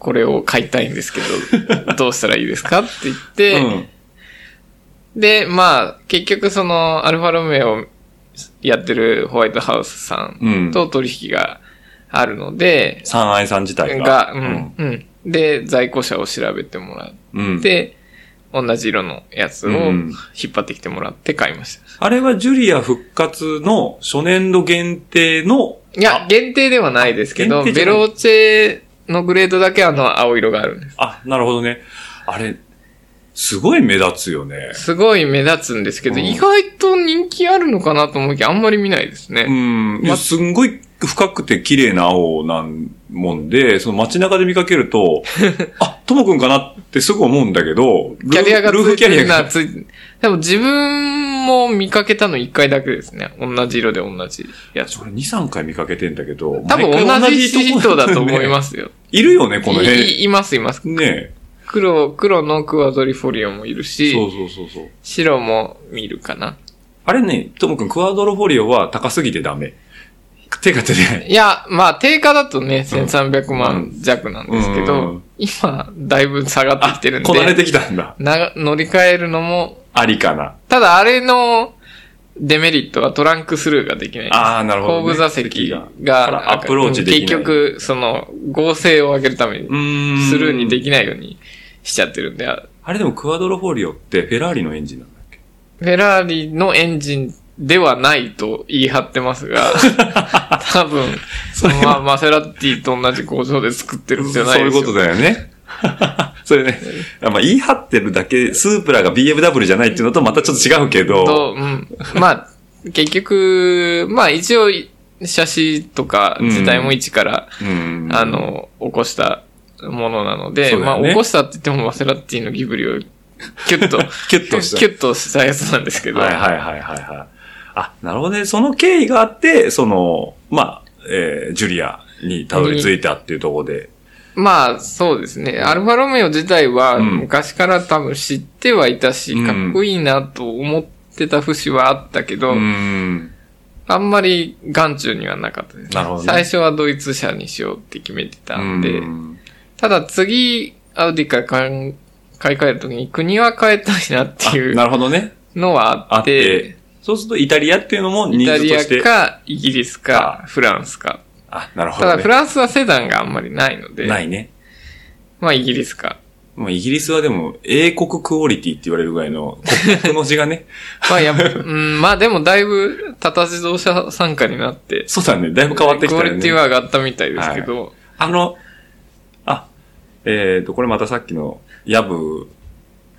Speaker 3: これを買いたいんですけ ど、どうしたらいいですかって言
Speaker 2: う
Speaker 3: って、
Speaker 2: ん
Speaker 3: で、まあ、結局その、アルファロメオをやってるホワイトハウスさ
Speaker 2: うん
Speaker 3: んと取引があるので、
Speaker 2: 三愛さん自体
Speaker 3: が、
Speaker 2: が。
Speaker 3: うん、うん。で、在庫車を調べてもらっ
Speaker 2: うん。うん。
Speaker 3: て、同じ色のやつを
Speaker 2: うん
Speaker 3: 引っ張ってきてもらって買いました。
Speaker 2: あれはジュリア復活の初年度限定の、
Speaker 3: いや、限定ではないですけど、
Speaker 2: 限定じ
Speaker 3: ベ
Speaker 2: ゃない
Speaker 3: ローチェのグレードだけあの青色があるんです。
Speaker 2: あ、なるほどね。あれ、すごい目立つよね。
Speaker 3: すごい目立つんですけど、
Speaker 2: うん
Speaker 3: 意外と人気あるのかなと思いきや、あんまり見ないです
Speaker 2: う
Speaker 3: ね。
Speaker 2: ん。
Speaker 3: ます
Speaker 2: んごい深くて綺麗な青なんもんで、その街中で見かける と、あ、ともくんかなってすぐ思うんだけど、ルーフ
Speaker 3: キャリアがつ
Speaker 2: ルーフ
Speaker 3: い
Speaker 2: キャ
Speaker 3: て
Speaker 2: リア
Speaker 3: るな、
Speaker 2: が。
Speaker 3: ついでも自分も見かけたの一回だけですね。同じ色で同じやつ。
Speaker 2: それ2、3回見かけてんだけど、
Speaker 3: 多分
Speaker 2: 毎回
Speaker 3: 同じ人だと思い
Speaker 2: す。
Speaker 3: ますよ。
Speaker 2: いるよね、この辺。
Speaker 3: いいいます、います。
Speaker 2: ね
Speaker 3: 黒、黒のクワドリフォリオもいるし、
Speaker 2: そうそうそうそう。
Speaker 3: 白も見るかな。
Speaker 2: あれね、ともくん、クワドロフォリオは高すぎてダメ。手が出 ない。
Speaker 3: いや、まあ、定価だとね、1300万弱なんですけ
Speaker 2: うんう
Speaker 3: ど
Speaker 2: ん、
Speaker 3: 今、だいぶ下がってきてるん
Speaker 2: こなれて
Speaker 3: で、
Speaker 2: きたんだ。
Speaker 3: な乗り換えるのも、
Speaker 2: ありかな。
Speaker 3: ただ、あれのデメリットはトランクスルーができない。
Speaker 2: ああ、なるほど、ね。
Speaker 3: 後部座席
Speaker 2: ほ
Speaker 3: が、
Speaker 2: らアプローチできない。
Speaker 3: 結、局、その、合成を上げるために、スルーにできないようにしちゃってるんで、あ
Speaker 2: あれでもクワドロフォリオってフェラーリのエンジンなんだっけ
Speaker 3: フェラーリのエンジンではないと言い張ってま すが、多分、まあ、マセラティと同じ工場で作ってるんじゃない
Speaker 2: そうい
Speaker 3: で
Speaker 2: うこ
Speaker 3: すか
Speaker 2: とだよね。 それね、あまあ言い張ってるだけ、スープラが BMW じゃないっていうのとまたちょっと違うけど、
Speaker 3: と、うん。まあ、結局、まあ一応、写真とか自体も一から、
Speaker 2: うん。
Speaker 3: あ、の、起こしたものなので、
Speaker 2: そうだ
Speaker 3: ま
Speaker 2: よ
Speaker 3: あ
Speaker 2: ね
Speaker 3: 起こしたって言ってもマセラッティのギブリをキュッ と、
Speaker 2: キュッとした
Speaker 3: キュッとしたやつなんですけど、
Speaker 2: はいはいはいはいはい。あ、なるほどね。その経緯があって、その、まあ、えージュリアにたどり着いたっていうところで。
Speaker 3: まあそうですね、アルファロメオ自体は
Speaker 2: うん
Speaker 3: 昔から多分知ってはいたし、
Speaker 2: うん
Speaker 3: かっこいいなと思ってた節はあったけど、
Speaker 2: ん。
Speaker 3: あんまり眼中にはなかったです、ね。
Speaker 2: なるほどね
Speaker 3: 最初はドイツ車にしようって決めてたんで、
Speaker 2: うん
Speaker 3: ただ次、アウディから買い買い替えるときに国は変えたいなってい
Speaker 2: あ
Speaker 3: う
Speaker 2: なるほどね。
Speaker 3: のは
Speaker 2: あ
Speaker 3: あ
Speaker 2: っ
Speaker 3: って、
Speaker 2: て、そうするとイタリアっていうのも
Speaker 3: イ
Speaker 2: ニー
Speaker 3: タ
Speaker 2: ズ
Speaker 3: リ
Speaker 2: と
Speaker 3: ア
Speaker 2: して。
Speaker 3: かイギリスかフランスか。
Speaker 2: あ、なるほ
Speaker 3: た
Speaker 2: ど、
Speaker 3: だ
Speaker 2: ね。
Speaker 3: フランスはセダンがあんまりないので、
Speaker 2: ないね。
Speaker 3: まあイギリ スか。
Speaker 2: もうイギリスはでも英国クオリティって言われるぐらいの国国の字がね。
Speaker 3: まあやっぱ、うん、まあでもだいぶタタ自動車参加になって、
Speaker 2: そうだね。だいぶ変わってきたよね。
Speaker 3: クオリティは上がったみたいですけど、
Speaker 2: あの、あ、えっ、と、これまたさっきのヤブ。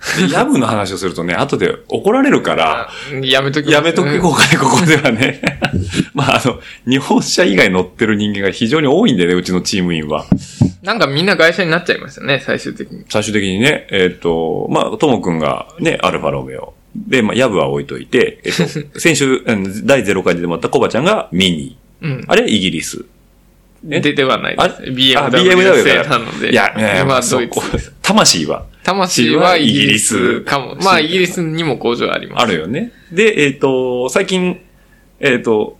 Speaker 2: でヤブの話をするとね、後で怒られるから、
Speaker 3: うんやめときます
Speaker 2: やめとく方がね、ここではね。 まあ、あの、日本車以外乗ってる人間が非常に多いんでね、うちのチーム員は。
Speaker 3: なんかみんな外車になっちゃいましたね、最終的に。
Speaker 2: 最終的にね、えっ、と、まあ、ともくんがね、アルファロメオ。で、まあ、ヤブは置いといて、えっ、 と、先週、うん第0回で出てもらったコバちゃんがミニ。
Speaker 3: うん。
Speaker 2: あれはイギリス。え
Speaker 3: でではない
Speaker 2: あ
Speaker 3: です。
Speaker 2: れ
Speaker 3: BMW
Speaker 2: あ
Speaker 3: 製
Speaker 2: だから
Speaker 3: なので。
Speaker 2: いや、ね、
Speaker 3: まあ
Speaker 2: そ
Speaker 3: ドイ
Speaker 2: こ
Speaker 3: ツです。、
Speaker 2: 魂は
Speaker 3: 魂はイギリ
Speaker 2: イギリス
Speaker 3: スか も。まあイギリスにも工場あります。
Speaker 2: あるよね。で、えっ、と、最近、えっ、と、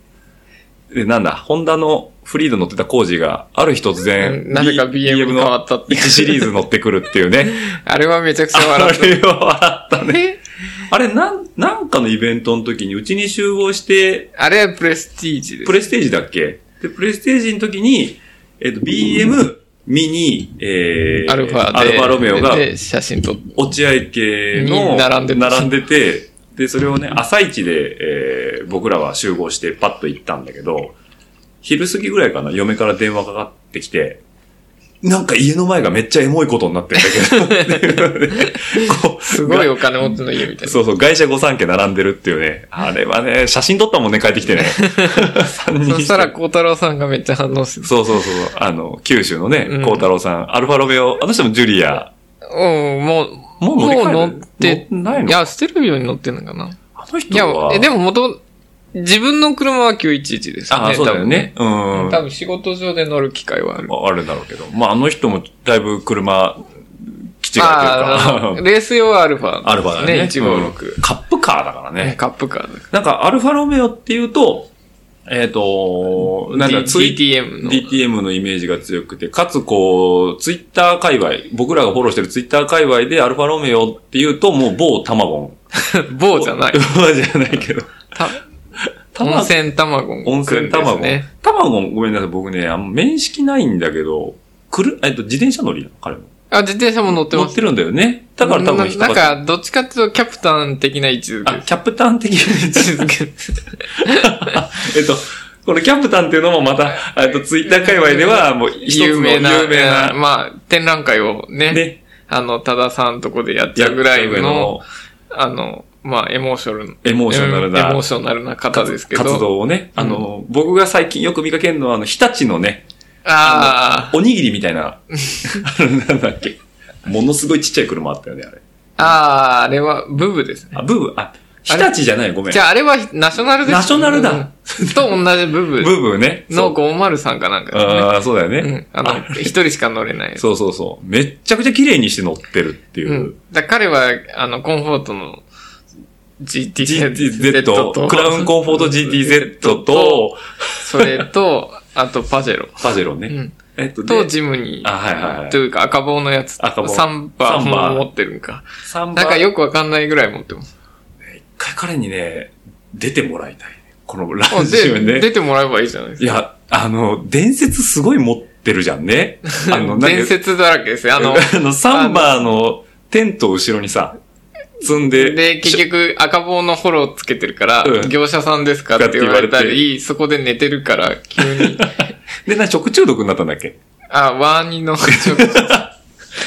Speaker 2: えなんだ、ホンダのフリード乗ってた工事が、ある日突然、
Speaker 3: うんなぜか
Speaker 2: B-
Speaker 3: BM 変わった
Speaker 2: の
Speaker 3: って
Speaker 2: 1シリーズ乗ってくるっていうね。
Speaker 3: あれはめちゃくちゃ 笑
Speaker 2: あ
Speaker 3: った。
Speaker 2: れは笑ったね。
Speaker 3: え
Speaker 2: あれ、なん、なんかのイベントの時に、うちに集合して、
Speaker 3: あれはプレスティージです。
Speaker 2: プレステージだっけで、プレステージの時に、えっ、と、BM、ミニ、えー、
Speaker 3: アルファで。
Speaker 2: アルファロメオが、
Speaker 3: で、写真撮っ
Speaker 2: 落合家の
Speaker 3: に並んでた
Speaker 2: 並んでて、で、それをね、朝一で、えー僕らは集合してパッと行ったんだけど、昼過ぎぐらいかな、嫁から電話かかってきて、なんか家の前がめっちゃエモいことになってるんだけ ど、っていうねこう
Speaker 3: すごいお金持っての家みたいな。
Speaker 2: そうそう、外車5、3家並んでるっていうね。あれはね、写真撮ったもんね、帰ってきて ね。3人
Speaker 3: そしたら、孝太郎さんがめっちゃ反応する。
Speaker 2: そうそうそう、あの、九州のね
Speaker 3: う、ん
Speaker 2: 孝太郎さん、アルファロメオ、あの人もジュリア。
Speaker 3: うん、もう、
Speaker 2: もう乗り換える
Speaker 3: 乗って、
Speaker 2: 乗んないの
Speaker 3: いや、ステルビオに乗ってんのかな。
Speaker 2: あの
Speaker 3: い
Speaker 2: 人
Speaker 3: や
Speaker 2: は。、
Speaker 3: えで
Speaker 2: も、
Speaker 3: も元、自分の車は911ですよね。
Speaker 2: あ、そうだよね。う
Speaker 3: 多分
Speaker 2: ん
Speaker 3: ね。。多分仕事上で乗る機会はある。
Speaker 2: まあ、あるんだろうけど。まあ、あの人もだいぶ車、基地が
Speaker 3: あ
Speaker 2: と
Speaker 3: あ
Speaker 2: い
Speaker 3: の
Speaker 2: うか、
Speaker 3: レース用アルファ。
Speaker 2: アルファだね。
Speaker 3: 156
Speaker 2: うん。カップカーだからね。
Speaker 3: カップカーだか
Speaker 2: なんか、アルファロメオっていうと、えっ、と、な
Speaker 3: ら。
Speaker 2: んか
Speaker 3: D-
Speaker 2: ツイ
Speaker 3: DTM の。
Speaker 2: DTM のイメージが強くて、かつこう、ツイッター界隈、僕らがフォローしてるツイッター界隈でアルファロメオっていうと、もう某タマゴン。
Speaker 3: 某じゃない。
Speaker 2: 某じゃないけど。
Speaker 3: た
Speaker 2: タマ
Speaker 3: 温泉卵。
Speaker 2: 温泉卵。
Speaker 3: ね。
Speaker 2: 卵、ごめんなさい、僕ね、あんま面識ないんだけど、くる、えっと、自転車乗りなの彼も。
Speaker 3: あ、自転車も乗って
Speaker 2: 乗
Speaker 3: ま
Speaker 2: っ
Speaker 3: す。
Speaker 2: てるんだよね。だから多分引っ
Speaker 3: な
Speaker 2: か
Speaker 3: ん
Speaker 2: かっ
Speaker 3: か、どっちかっていうとキャプタン的な位置づけ
Speaker 2: あ、
Speaker 3: です。
Speaker 2: キャプタン的
Speaker 3: 位
Speaker 2: に。
Speaker 3: 置づけです。
Speaker 2: えっと、このキャプタンっていうのもまた、えっと、ツイッター界隈では、もう一つの
Speaker 3: 有
Speaker 2: 有名
Speaker 3: 名な、
Speaker 2: な。
Speaker 3: まあ、展覧会をね、
Speaker 2: で、
Speaker 3: あの、多田さんとこでやっちゃうぐらいの、、あの、まあ、エモーショナル。
Speaker 2: エモーショナルな
Speaker 3: エモーショナルな方ですけど。
Speaker 2: 活動をね、あの、僕が最近よく見かけるのは、あの、日立のね、
Speaker 3: あ
Speaker 2: おにぎりみたい な、あのなんだっけ。ものすごいちっちゃい車あったよね、あれ。
Speaker 3: あ、ああ、あれは、ブブですね。
Speaker 2: あ、ブーブー、あ、日立じゃない、ごめん
Speaker 3: じ。ゃあ、あれはナショナルです。
Speaker 2: ナショナルだ
Speaker 3: うん。と同じブ
Speaker 2: ブー
Speaker 3: ブ
Speaker 2: ブーね。
Speaker 3: の
Speaker 2: そう
Speaker 3: 503かなんか
Speaker 2: ああ、そうだよ
Speaker 3: ですね。う
Speaker 2: ね
Speaker 3: ん。。あの、一人しか乗れない。
Speaker 2: そうそうそう。めっちゃくちゃ綺麗にして乗ってるっていうう。
Speaker 3: ん。だから彼は、あの、コンフォートの GTZ
Speaker 2: GTZ
Speaker 3: と、
Speaker 2: と、クラウンコンフォート GTZ と、
Speaker 3: それと、あとパジェロ。
Speaker 2: パジェロ
Speaker 3: う
Speaker 2: ね。
Speaker 3: ん。
Speaker 2: えっと、
Speaker 3: と、
Speaker 2: で、
Speaker 3: ジムニー。
Speaker 2: あはいはいはい
Speaker 3: というか、赤棒のやつ。
Speaker 2: 赤棒
Speaker 3: 3番
Speaker 2: サンバ
Speaker 3: も持ってるんか。
Speaker 2: 3番。
Speaker 3: なんかよくわかんないぐらい持っ てます。
Speaker 2: 一回彼にね、出てもらいたいね。このラ
Speaker 3: あ
Speaker 2: ジオ
Speaker 3: で、出
Speaker 2: ね。
Speaker 3: てもらえばいいじゃないです
Speaker 2: い
Speaker 3: か。
Speaker 2: や、あの、伝説すごい持ってるじゃん ね。あの、なんか
Speaker 3: 伝説だらけですよ。あ
Speaker 2: あの
Speaker 3: の、、
Speaker 2: サンバーのテントを後ろにさ、積んで、
Speaker 3: で、結局赤棒のフォローつけてるから、
Speaker 2: うん
Speaker 3: 業者さんですかって言われたり、そこで寝てるから、急に、
Speaker 2: で、な、食中毒になったんだっけ
Speaker 3: あ、ワーニの直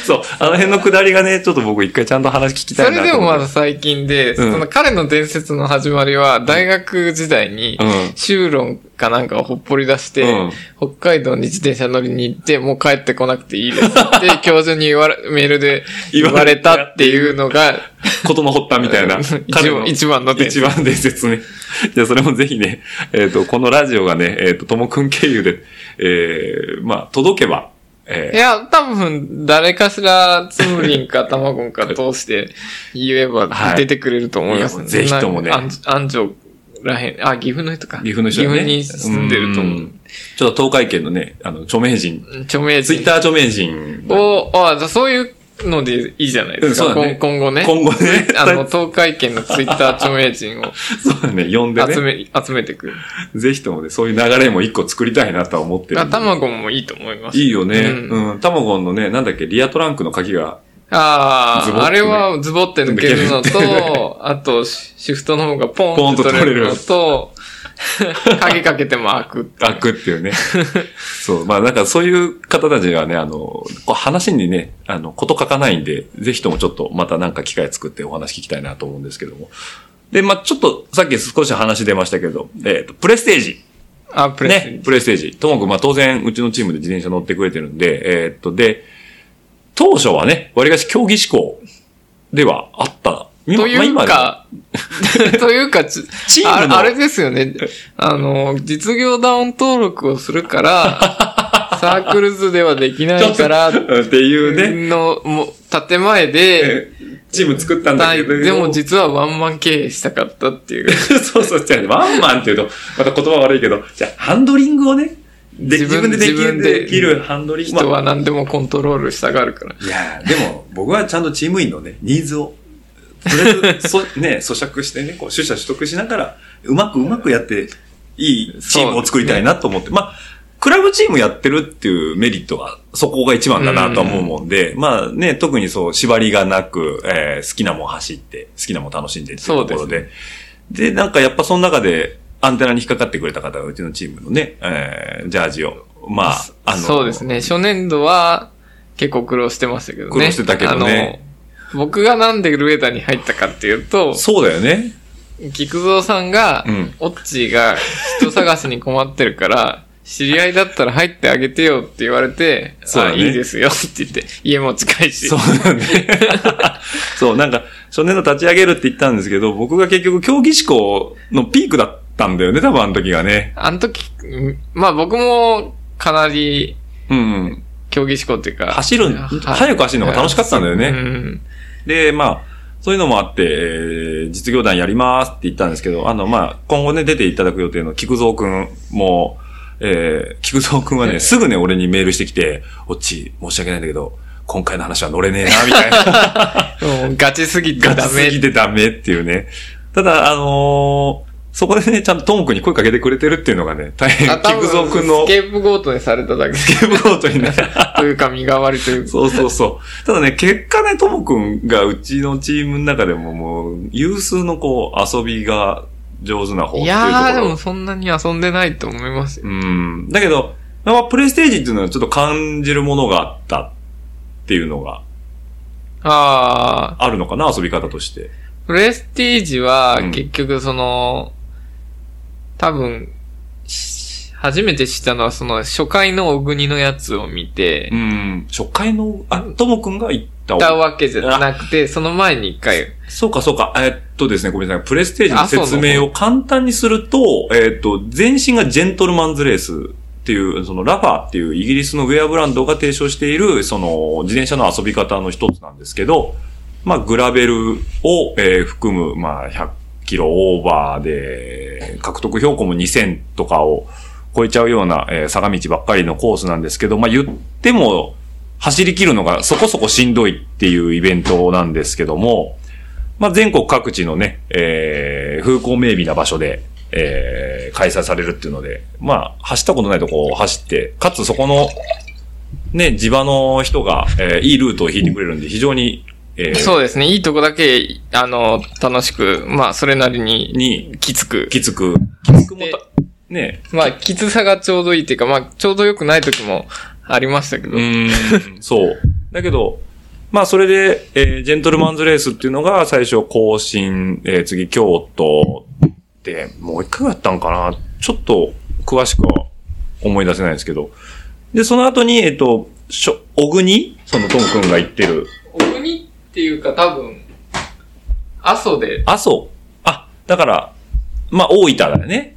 Speaker 2: そう、あの辺のくだりがね、ちょっと僕一回ちゃんと話聞きた
Speaker 3: そ
Speaker 2: いな
Speaker 3: れ
Speaker 2: と思って。
Speaker 3: でもまだ最近で、
Speaker 2: うん
Speaker 3: その彼の伝説の始まりは、大学時代に
Speaker 2: うん、
Speaker 3: 修論かなんかをほっぽり出して、
Speaker 2: うん
Speaker 3: 北海道に自転車乗りに行って、もう帰ってこなくていいで すって、教授に言われ、メールで
Speaker 2: 言
Speaker 3: 言
Speaker 2: わ
Speaker 3: わ
Speaker 2: れ
Speaker 3: れ
Speaker 2: た
Speaker 3: たっていうのが、。
Speaker 2: ことの発端みたいな
Speaker 3: 一番の伝説
Speaker 2: 一番伝説ね。じゃあそれもぜひね、えっ、と、このラジオがね、えっ、と、ともくん経由で、えー、まあ、届けば、
Speaker 3: い
Speaker 2: え
Speaker 3: や、多分、誰かしら、つむりんかたまごんか通して言えば
Speaker 2: はい
Speaker 3: 出てくれると思います、
Speaker 2: いやぜひともね
Speaker 3: な安城らへん、あ、岐阜の人か。
Speaker 2: ー、岐阜の人ね。
Speaker 3: 岐阜に住んでると思
Speaker 2: うちょっと東海圏のね、あの、著名人、
Speaker 3: う。著名人。
Speaker 2: ツイッター著名人、
Speaker 3: おあ、じゃあそういうのでいいじゃないです
Speaker 2: うんそ
Speaker 3: か。
Speaker 2: うだね
Speaker 3: 今今後ね。
Speaker 2: 今後ね
Speaker 3: あの、東海圏のツイッター著名人を
Speaker 2: そうだね、呼ん で
Speaker 3: 集
Speaker 2: ね、
Speaker 3: め、集めてくる。
Speaker 2: ぜひともね、そういう流れも一個作りたいなとは思ってるんで。
Speaker 3: 頭ごもいいと思います。
Speaker 2: いいよね。
Speaker 3: う
Speaker 2: うん。タマゴンのね、なんだっけ、リアトランクの鍵が、
Speaker 3: あ
Speaker 2: ズボッて
Speaker 3: あ、
Speaker 2: ね
Speaker 3: あれはズボって抜けるの
Speaker 2: 抜けるってね
Speaker 3: と、あと、シシフトの方がポンって
Speaker 2: ポンと
Speaker 3: 取
Speaker 2: 取れ
Speaker 3: れ
Speaker 2: る
Speaker 3: るのと、 鍵かけても開く っていう。
Speaker 2: 開くっていうね。 そう。まあなんかそういう方たちがね、あの、こう話にね、あの、こと書かないんで、ぜひともちょっとまたなんか機会作ってお話聞きたいなと思うんですけども。で、まあちょっと、さっき少し話出ましたけど、えっ、と、プレステージ。
Speaker 3: あ、プレス
Speaker 2: ね、プレステージ。ともくん、まあ当然、うちのチームで自転車乗ってくれてるんで、えっ、と、で、当初はね、割りかし競技志向ではあった。今
Speaker 3: という
Speaker 2: まあ今でも
Speaker 3: か、 というか、ち
Speaker 2: チー
Speaker 3: あ
Speaker 2: ム
Speaker 3: れ
Speaker 2: の
Speaker 3: あれですよね。あの、実業団登録をす るから、サークルズではできないから、
Speaker 2: うんっていうね、
Speaker 3: の、もう、建前で、
Speaker 2: チーム作ったんだけど。
Speaker 3: でも実はワンマン経営したかったっていう。
Speaker 2: そうそう、じゃあワンマンっていうと、また言葉悪いけど、じゃあハンドリングをね、で自
Speaker 3: 自
Speaker 2: 分
Speaker 3: 分
Speaker 2: ででき
Speaker 3: 自
Speaker 2: る
Speaker 3: 分で
Speaker 2: できるハンドリング。
Speaker 3: 人
Speaker 2: まあ
Speaker 3: は何でもコントロールしたがるから。
Speaker 2: いやーでも僕はちゃんとチーム員のね、ニーズを、とりあえず、 そね、咀嚼してね、こう、取捨取得しながら、うまくうまくやって、いいチームを作りたいなと思って、まあ、クラブチームやってるっていうメリットは、そこが一番だなとは思うもんで、まあね、特にそう、縛りがなく、えー好きなもん走って、好きなもん楽しんでっていうところ
Speaker 3: そう
Speaker 2: で
Speaker 3: で
Speaker 2: で、なんかやっぱその中で、アンテナに引っかかってくれた方が、うちのチームのね、えージャージを、まあ、あの、
Speaker 3: そうですね。初年度は結構苦労してましたけどね。
Speaker 2: 苦労してたけどね
Speaker 3: あの、僕がなんでルエダに入ったかっていうと、
Speaker 2: そうだよね。
Speaker 3: 菊蔵さんが、
Speaker 2: うん
Speaker 3: オッチーが人探しに困って るから、知り合いだったら入ってあげてよって言われて、
Speaker 2: そうだ
Speaker 3: あ
Speaker 2: ね
Speaker 3: いいですよって言って、家も近いし。
Speaker 2: そうなんで。 そう、なんか、初年度立ち上げるって言ったんですけど、僕が結局競技志向のピークだったんだよね、多分あの時がね。
Speaker 3: あの時、うんまあ僕もかなり
Speaker 2: うんうん。
Speaker 3: 競技志向っていうか。
Speaker 2: 走る、
Speaker 3: はい
Speaker 2: 早く走るのが楽しかったんだよ
Speaker 3: う
Speaker 2: ね。
Speaker 3: ん。
Speaker 2: で、まあ、そういうのもあって、えー実業団やりますって言ったんですけど、あの、まあ、今後ね、出ていただく予定の菊蔵くんも、えー、菊蔵くんはね、すぐね、俺にメールしてきて、おっち、申し訳ないんだけど、今回の話は乗れねえな、みたいな。
Speaker 3: もうガチすぎて
Speaker 2: ガチ
Speaker 3: ダメ
Speaker 2: す。ぎてダメっていうね。ただ、あのーそこでね、ちゃんとトモ君に声かけてくれてるっていうのがね、大変、
Speaker 3: あ 多分
Speaker 2: 菊蔵君の
Speaker 3: スケープゴートにされただけ。
Speaker 2: スケープゴートにね。
Speaker 3: というか身代わりという か。
Speaker 2: そうそうそう。ただね、結果ね、トモ君がうちのチームの中でももう、有数のこう、遊びが上手な方って
Speaker 3: い
Speaker 2: いうところ。
Speaker 3: やー、でもそんなに遊んでないと思いますよ。
Speaker 2: うん。だけど、まあ、プレイステージっていうのはちょっと感じるものがあったっていうのが
Speaker 3: あ
Speaker 2: あるのかな、遊び方として。
Speaker 3: ー、プレステージは結局その、多分、し初めて知ったのはその初回の小国のやつを見て
Speaker 2: う、ん。初回の、あ、トモ君が行った
Speaker 3: 歌うわけじゃなくて、その前に一回、
Speaker 2: そうか、そうか。えーっとですね、ごめんなさい。プレステージの説明を簡単にすると、えーっと、前身がジェントルマンズレースっていう、そのラファーっていうイギリスのウェアブランドが提唱している、その自転車の遊び方の一つなんですけど、まあ、グラベルを、えー含む、まあ、100キロオーバーで、獲得標高も2000とかを超えちゃうような、えー坂道ばっかりのコースなんですけど、まあ、言っても、走り切るのがそこそこしんどいっていうイベントなんですけども、まあ、全国各地のね、えー、風光明媚な場所で、えー、開催されるっていうので、まあ、走ったことないとこを走って、かつそこの、ね、地場の人が、えー、いいルートを引いてくれるんで、非常に、えー、
Speaker 3: そうですね、いいとこだけ、あの、楽しく、まあ、それなりに、
Speaker 2: に、
Speaker 3: きつく。
Speaker 2: きつく、きつくもた、ね、
Speaker 3: まあ、きつさがちょうどいいっていうか、まあ、ちょうど良くない時もありましたけど、
Speaker 2: うーん、そう。だけど、まあ、それで、えージェントルマンズレースっていうのが最初、更新、えー次、京都で、もう一回やったんかなちょっと、詳しくは思い出せないですけど。で、その後に、えっ、と、しょ、小国そのトム君が行ってる。
Speaker 3: 小国っていうか多分、阿蘇で、
Speaker 2: 阿蘇。あ、だから、まあ、大分だよね。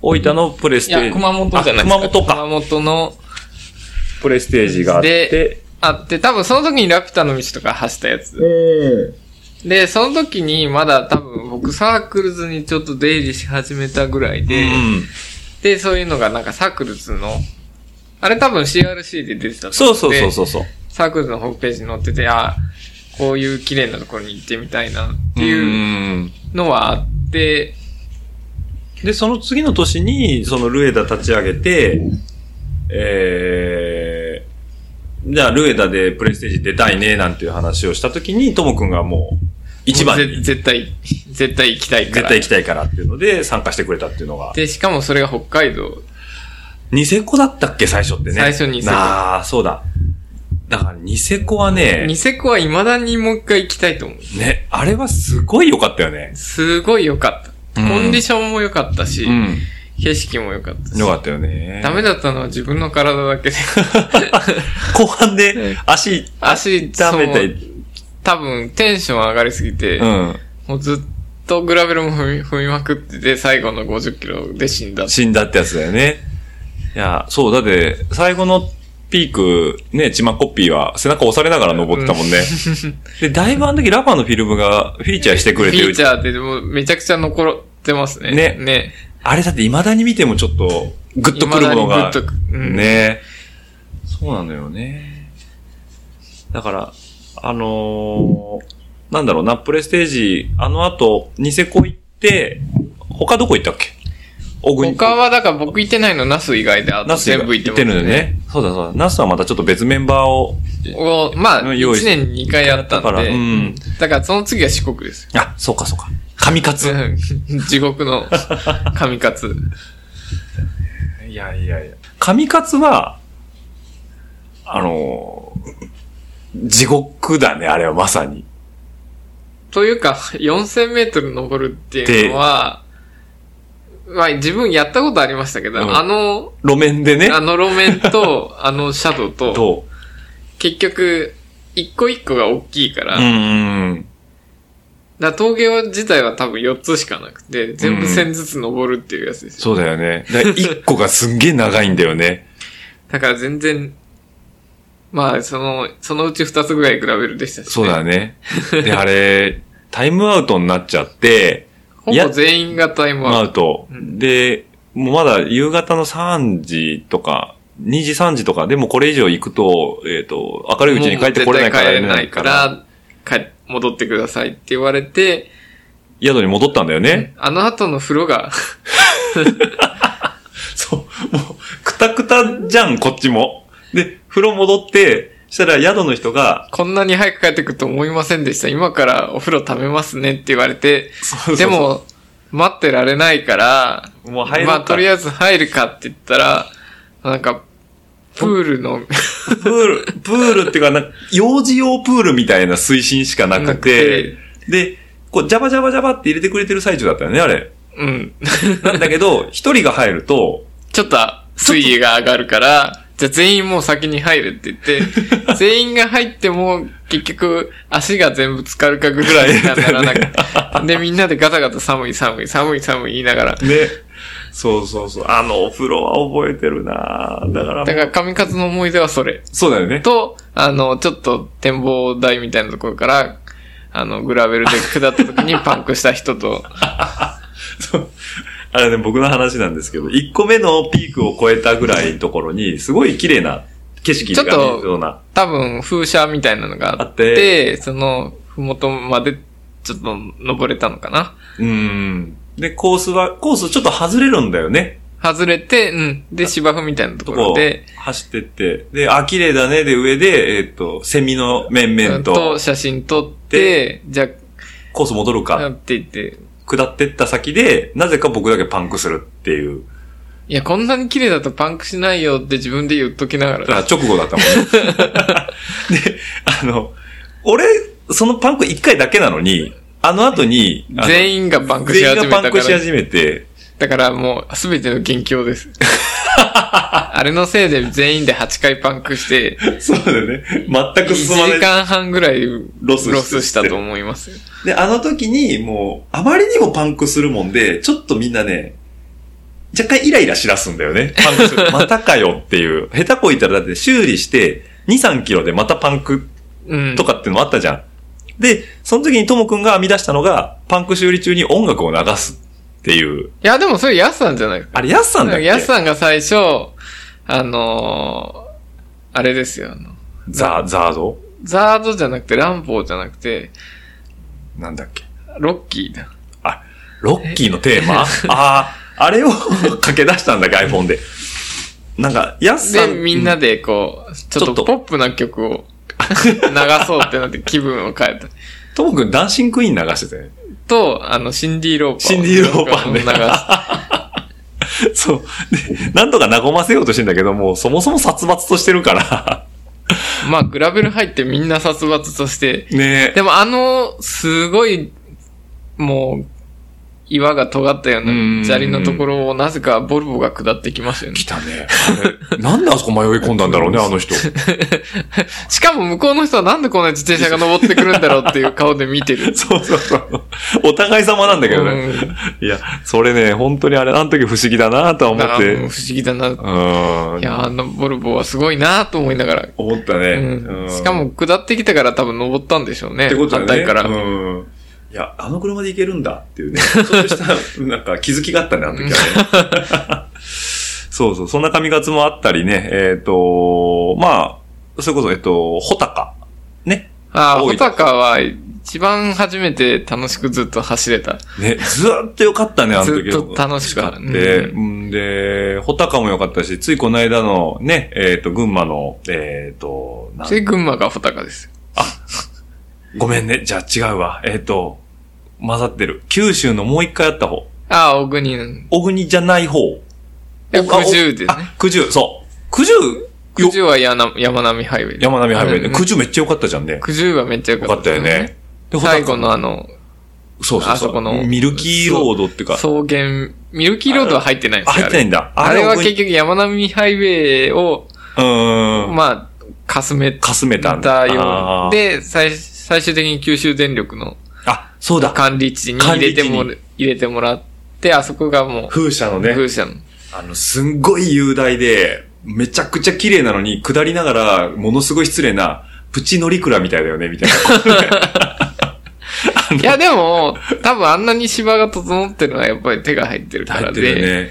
Speaker 2: 大分のプレス
Speaker 3: い
Speaker 2: テージ。
Speaker 3: や、熊本じゃない
Speaker 2: あ熊本か。
Speaker 3: 熊本の、
Speaker 2: プレステージがあって
Speaker 3: で。あって、多分その時にラピュタの道とか走ったやつ。で、その時にまだ多分僕サークルズにちょっと出入りし始めたぐらいで、
Speaker 2: うん
Speaker 3: で、そういうのがなんかサークルズの、あれ多分 CRC で出てたと
Speaker 2: そ
Speaker 3: 思。
Speaker 2: うそうそうそううそう。
Speaker 3: サークルズのホームページに載ってて、あこういう綺麗なところに行ってみたいなっていう
Speaker 2: うん
Speaker 3: のはあって、
Speaker 2: で、その次の年に、そのルエダ立ち上げて、えー、じゃあルエダでプレステージ出たいね、なんていう話をした時に、ともくんがもう、一番に
Speaker 3: ぜ絶対、絶対行きたいか
Speaker 2: 絶
Speaker 3: ら。
Speaker 2: 対行きたいからっていうので参加してくれたっていうのが。
Speaker 3: で、しかもそれが北海道。
Speaker 2: ニセコだったっけ最初ってね。
Speaker 3: 最初ニセコ
Speaker 2: ああ、そうだ。だからニセコはね、
Speaker 3: ニセコは未だにもう一回行きたいと思う。
Speaker 2: ね、あれはすごい良かったよね。
Speaker 3: すごい良かった。
Speaker 2: うん
Speaker 3: コンディションも良かったし、
Speaker 2: うん。
Speaker 3: 景色も良かったし。
Speaker 2: 良かったよね。
Speaker 3: ダメだったのは自分の体だ けで。
Speaker 2: 後半で足、
Speaker 3: 足
Speaker 2: 痛めて、
Speaker 3: 多分テンション上がりすぎて、
Speaker 2: うん。
Speaker 3: もうずっとグラベルも踏み踏みまくってて、最後の50キロで死んだ。
Speaker 2: 死んだってやつだよね。いや、そう、だって、最後のピーク、ね、チマコッピーは背中押されながら登ってたもんね。で、だいぶあの時ラファーのフィルムがフィーチャーしてく
Speaker 3: フ
Speaker 2: れて
Speaker 3: ィ
Speaker 2: る
Speaker 3: ーチャーってでもめちゃくちゃ残ってますね。
Speaker 2: ね
Speaker 3: ね。
Speaker 2: あれだって未だに見てもちょっと、グッとくるものが。
Speaker 3: 未だにグッとくうん
Speaker 2: ねそうなのよね。だから、あのーなんだろうな、プレステージ、あの後、ニセコ行って、他どこ行ったっけ小国
Speaker 3: 他はだから僕行ってないのナス以外であと
Speaker 2: ナス
Speaker 3: 全部行って
Speaker 2: 行
Speaker 3: ま
Speaker 2: ってるの
Speaker 3: す
Speaker 2: よ。ね。そうだそうだ。ナスはまたちょっと別メンバーを、
Speaker 3: をまあ、
Speaker 2: うん
Speaker 3: 1
Speaker 2: 用意し
Speaker 3: 年に2回やったん
Speaker 2: だから
Speaker 3: で、
Speaker 2: うん
Speaker 3: だからその次は四国です。
Speaker 2: あ、そうかそうか。神勝。
Speaker 3: 地 獄の神活。
Speaker 2: いやいやいや。神勝は、あのー地獄だね、あれはまさに。
Speaker 3: というか、4000メートル登るっていうのは、まあ自分やったことありましたけど、
Speaker 2: うん
Speaker 3: あの、
Speaker 2: 路面でね。
Speaker 3: あの路面と、あのシャドウと、
Speaker 2: と、
Speaker 3: 結局、一個一個が大きいから、
Speaker 2: う
Speaker 3: だか
Speaker 2: ん。
Speaker 3: ら峠自体は多分4つしかなくて、全部1000ずつ登るっていうやつですよ。
Speaker 2: そうだよね。 だ1個がすんげえ長いんだよね。
Speaker 3: だから全然、まあその、そのうち2つぐらい比べるでしたし、
Speaker 2: そうだね。で、あれ、タイムアウトになっちゃって、
Speaker 3: ほぼ全員がタイム
Speaker 2: ア
Speaker 3: アウ
Speaker 2: ウト。で、もうまだ夕方の3時とか、2時3時とか、でもこれ以上行くと、えっ、と、明るいうちに帰ってこれないから、
Speaker 3: もう絶対帰れないから、帰戻ってくださいって言われて、
Speaker 2: 宿に戻ったんだよね。
Speaker 3: あの後の風呂が、
Speaker 2: そう。もう、くたくたじゃん、こっちも。で、風呂戻って、したら宿の人が、
Speaker 3: こんなに早く帰ってくると思いませんでした。今からお風呂溜めますねって言われて、
Speaker 2: そうそうそう
Speaker 3: でも、待ってられないから、
Speaker 2: もう入るか
Speaker 3: まあ、とりあえず入るかって言ったら、なんか、プールの、
Speaker 2: プール、プールっていうか、なんか幼児用プールみたいな水深しかなくて、で、こう、ジャバジャバジャバって入れてくれてる最中だったよね、あれ。
Speaker 3: うん。
Speaker 2: なんだけど、一人が入ると、
Speaker 3: ちょっと水位が上がるから、じゃあ全員もう先に入るって 言って、全員が入っても結局足が全部浸かるかぐらいにはならなく て、で、みんなでガタガタ寒い寒い寒い寒い言いながら、
Speaker 2: ね。そうそうそう。あのお風呂は覚えてるなだからもう
Speaker 3: だから神活の思い出はそれ。
Speaker 2: そうだよね。
Speaker 3: と、あの、ちょっと展望台みたいなところから、あの、グラベルで下った時にパンクした人と、
Speaker 2: そうあれね、僕の話なんですけど、1個目のピークを越えたぐらいのところに、すごい綺麗な景色が見えるような。
Speaker 3: 多分風車みたいなのがあ
Speaker 2: あ
Speaker 3: っ、
Speaker 2: って
Speaker 3: その、ふもとまでちょっと登れたのかな。
Speaker 2: うん。で、コースは、コースちょっと外れるんだよね。
Speaker 3: 外れて、うん。で、芝生みたいなと
Speaker 2: と
Speaker 3: こ
Speaker 2: こ
Speaker 3: ろ
Speaker 2: を
Speaker 3: で、
Speaker 2: 走ってって、で、あ、綺麗だね、で、上で、えっ、と、セミの面
Speaker 3: う
Speaker 2: 々
Speaker 3: ん
Speaker 2: と
Speaker 3: と、写真撮って、じゃ
Speaker 2: コース戻る
Speaker 3: あ、
Speaker 2: か、
Speaker 3: って言って、
Speaker 2: 下ってった先で、なぜか僕だけパンクするっていう。
Speaker 3: いや、こんなに綺麗だとパンクしないよって自分で言っときながら。
Speaker 2: あ直後だったもんね。 で、あの、俺、そのパンク一回だけなのに、あの後に、あの
Speaker 3: 全員がパンクし始
Speaker 2: 全
Speaker 3: め
Speaker 2: 員
Speaker 3: た
Speaker 2: が
Speaker 3: か
Speaker 2: パン
Speaker 3: ら
Speaker 2: ク。し始めて、
Speaker 3: だからもう、すべての元凶です。 あれのせいで全員で8回パンクして、
Speaker 2: そうだよね。全
Speaker 3: 1
Speaker 2: く進まな
Speaker 3: 時
Speaker 2: い。
Speaker 3: 間半ぐらいロ
Speaker 2: ロスして
Speaker 3: スしたと思いますよ。
Speaker 2: で、あの時に、もう、あまりにもパンクするもんで、ちょっとみんなね、若干イライラしらすんだよ ね。パンクする。またかよっていう。下手こいたらだって修理して、2、3キロでまたパンク
Speaker 3: うん。
Speaker 2: とかっていうのもあったじゃん。で、その時にともくんが編み出したのが、パンク修理中に音楽を流すっていう。
Speaker 3: いや、でもそれヤスさんじゃないか。
Speaker 2: あれ、やすさんだっけ
Speaker 3: ヤスさんが最初、あのーあれですよ。あの
Speaker 2: ザー、ザード
Speaker 3: ザードじゃなくて、ランボーじゃなくて、
Speaker 2: なんだっけ
Speaker 3: ロッキーだ。
Speaker 2: あ、ロッキーのテーマああー、あれを駆け出したんだ、iPhone で。なんか、やすさ
Speaker 3: で、
Speaker 2: ん。
Speaker 3: みんなでこう、ち
Speaker 2: ち
Speaker 3: ょ
Speaker 2: ょ
Speaker 3: っ
Speaker 2: っと
Speaker 3: とポップな曲を 流そうってなって気分を変えた。
Speaker 2: ともくん、ダンシングクイーン流してたよね。
Speaker 3: と、あの、シンディ・ローパーを。
Speaker 2: シンディ・ローパンで
Speaker 3: 流す。。
Speaker 2: そう。で、なんとか和ませようとしてんだけど、もうそもそも殺伐としてるから。
Speaker 3: まあ、グラベル入ってみんな殺伐として、
Speaker 2: ねえ。
Speaker 3: でもあの、すごい、もう、岩が尖ったような砂利のところをなぜかボルボが下ってきましたよね。
Speaker 2: 来たね。あれなんであそこ迷い込んだんだろうね、あの 人。
Speaker 3: しかも向こうの人はなんでこんな自転車が登ってくるんだろうっていう顔で見てる。
Speaker 2: そうそうそう。お互い様なんだけどね。 いや、それね、本当にあれ、あの時不思議だなとは
Speaker 3: うん、
Speaker 2: 思
Speaker 3: だ
Speaker 2: っ
Speaker 3: から
Speaker 2: て。
Speaker 3: もう
Speaker 2: う
Speaker 3: 不思議だな。い
Speaker 2: ーん。
Speaker 3: や、あのボルボはすごいなと思いながら。
Speaker 2: 思ったね。
Speaker 3: う、
Speaker 2: うんん
Speaker 3: しかも下ってきたから多分登ったんでしょうね。
Speaker 2: ってことだね。
Speaker 3: 反対から。
Speaker 2: うん。いや、あの車で行けるんだって いうね。ちょっとした、なんか気づきがあったね、あの時は ね。そうそう、そんな髪型もあったりね。えっ、と、まあ、それこそ、えっ、と、ホタカ。ね。
Speaker 3: ああ、
Speaker 2: 多
Speaker 3: ホ
Speaker 2: いです
Speaker 3: タカは一番初めて楽しくずっと走れた。
Speaker 2: ね、ずーっと良かったね、あの時
Speaker 3: ずっと楽しかった
Speaker 2: で、
Speaker 3: う
Speaker 2: うん、で、ホタカも良かったし、ついこの間のね、えっ、と、群馬の、えっ、と、なん
Speaker 3: それ群馬がホタカです。
Speaker 2: ごめんね、じゃあ違うわ。えっ、と、混ざってる。九州のもう一回あった方。
Speaker 3: ああ、小国の。
Speaker 2: 小国じゃない方。
Speaker 3: で
Speaker 2: おあお
Speaker 3: 九十ですね。
Speaker 2: あ、九十、そう。九十、
Speaker 3: 九十はやな山並みハイウェイ。
Speaker 2: 山並みハイウェイ
Speaker 3: う
Speaker 2: ね。
Speaker 3: ん
Speaker 2: 九十めっちゃ良かったじゃんね。
Speaker 3: 九十はめっちゃ良
Speaker 2: 良
Speaker 3: か
Speaker 2: か
Speaker 3: っ
Speaker 2: ったた
Speaker 3: です
Speaker 2: よ
Speaker 3: ね、
Speaker 2: ね。で、
Speaker 3: 最後
Speaker 2: ホ
Speaker 3: のあの、
Speaker 2: タそうそうそう。
Speaker 3: あそこの
Speaker 2: ミルキーロードっていうか。
Speaker 3: 草原、ミルキーロードは入ってないんで
Speaker 2: あ
Speaker 3: す
Speaker 2: 入
Speaker 3: よ。
Speaker 2: ってない
Speaker 3: あれ
Speaker 2: んだ。
Speaker 3: あれは
Speaker 2: 小
Speaker 3: 結
Speaker 2: 国
Speaker 3: 局山並みハイウェイを、
Speaker 2: うーん。
Speaker 3: まあ、かすめ
Speaker 2: かすめたんだ。
Speaker 3: たよ
Speaker 2: あ
Speaker 3: う
Speaker 2: ー
Speaker 3: で、最最終的に九州電力の
Speaker 2: あ、そうだ。
Speaker 3: 管理地に入れても
Speaker 2: 管理
Speaker 3: ら、入れてもらって、あそこがもう、
Speaker 2: 風車のね。
Speaker 3: 風車の。
Speaker 2: あの、すんごい雄大で、めちゃくちゃ綺麗なのに、下りながら、ものすごい失礼な、プチ乗リクラみたいだよね、みたい な。
Speaker 3: いや、でも、多分あんなに芝が整ってるのはやっぱり手が入ってるか
Speaker 2: 入
Speaker 3: ら
Speaker 2: って
Speaker 3: で、
Speaker 2: るね。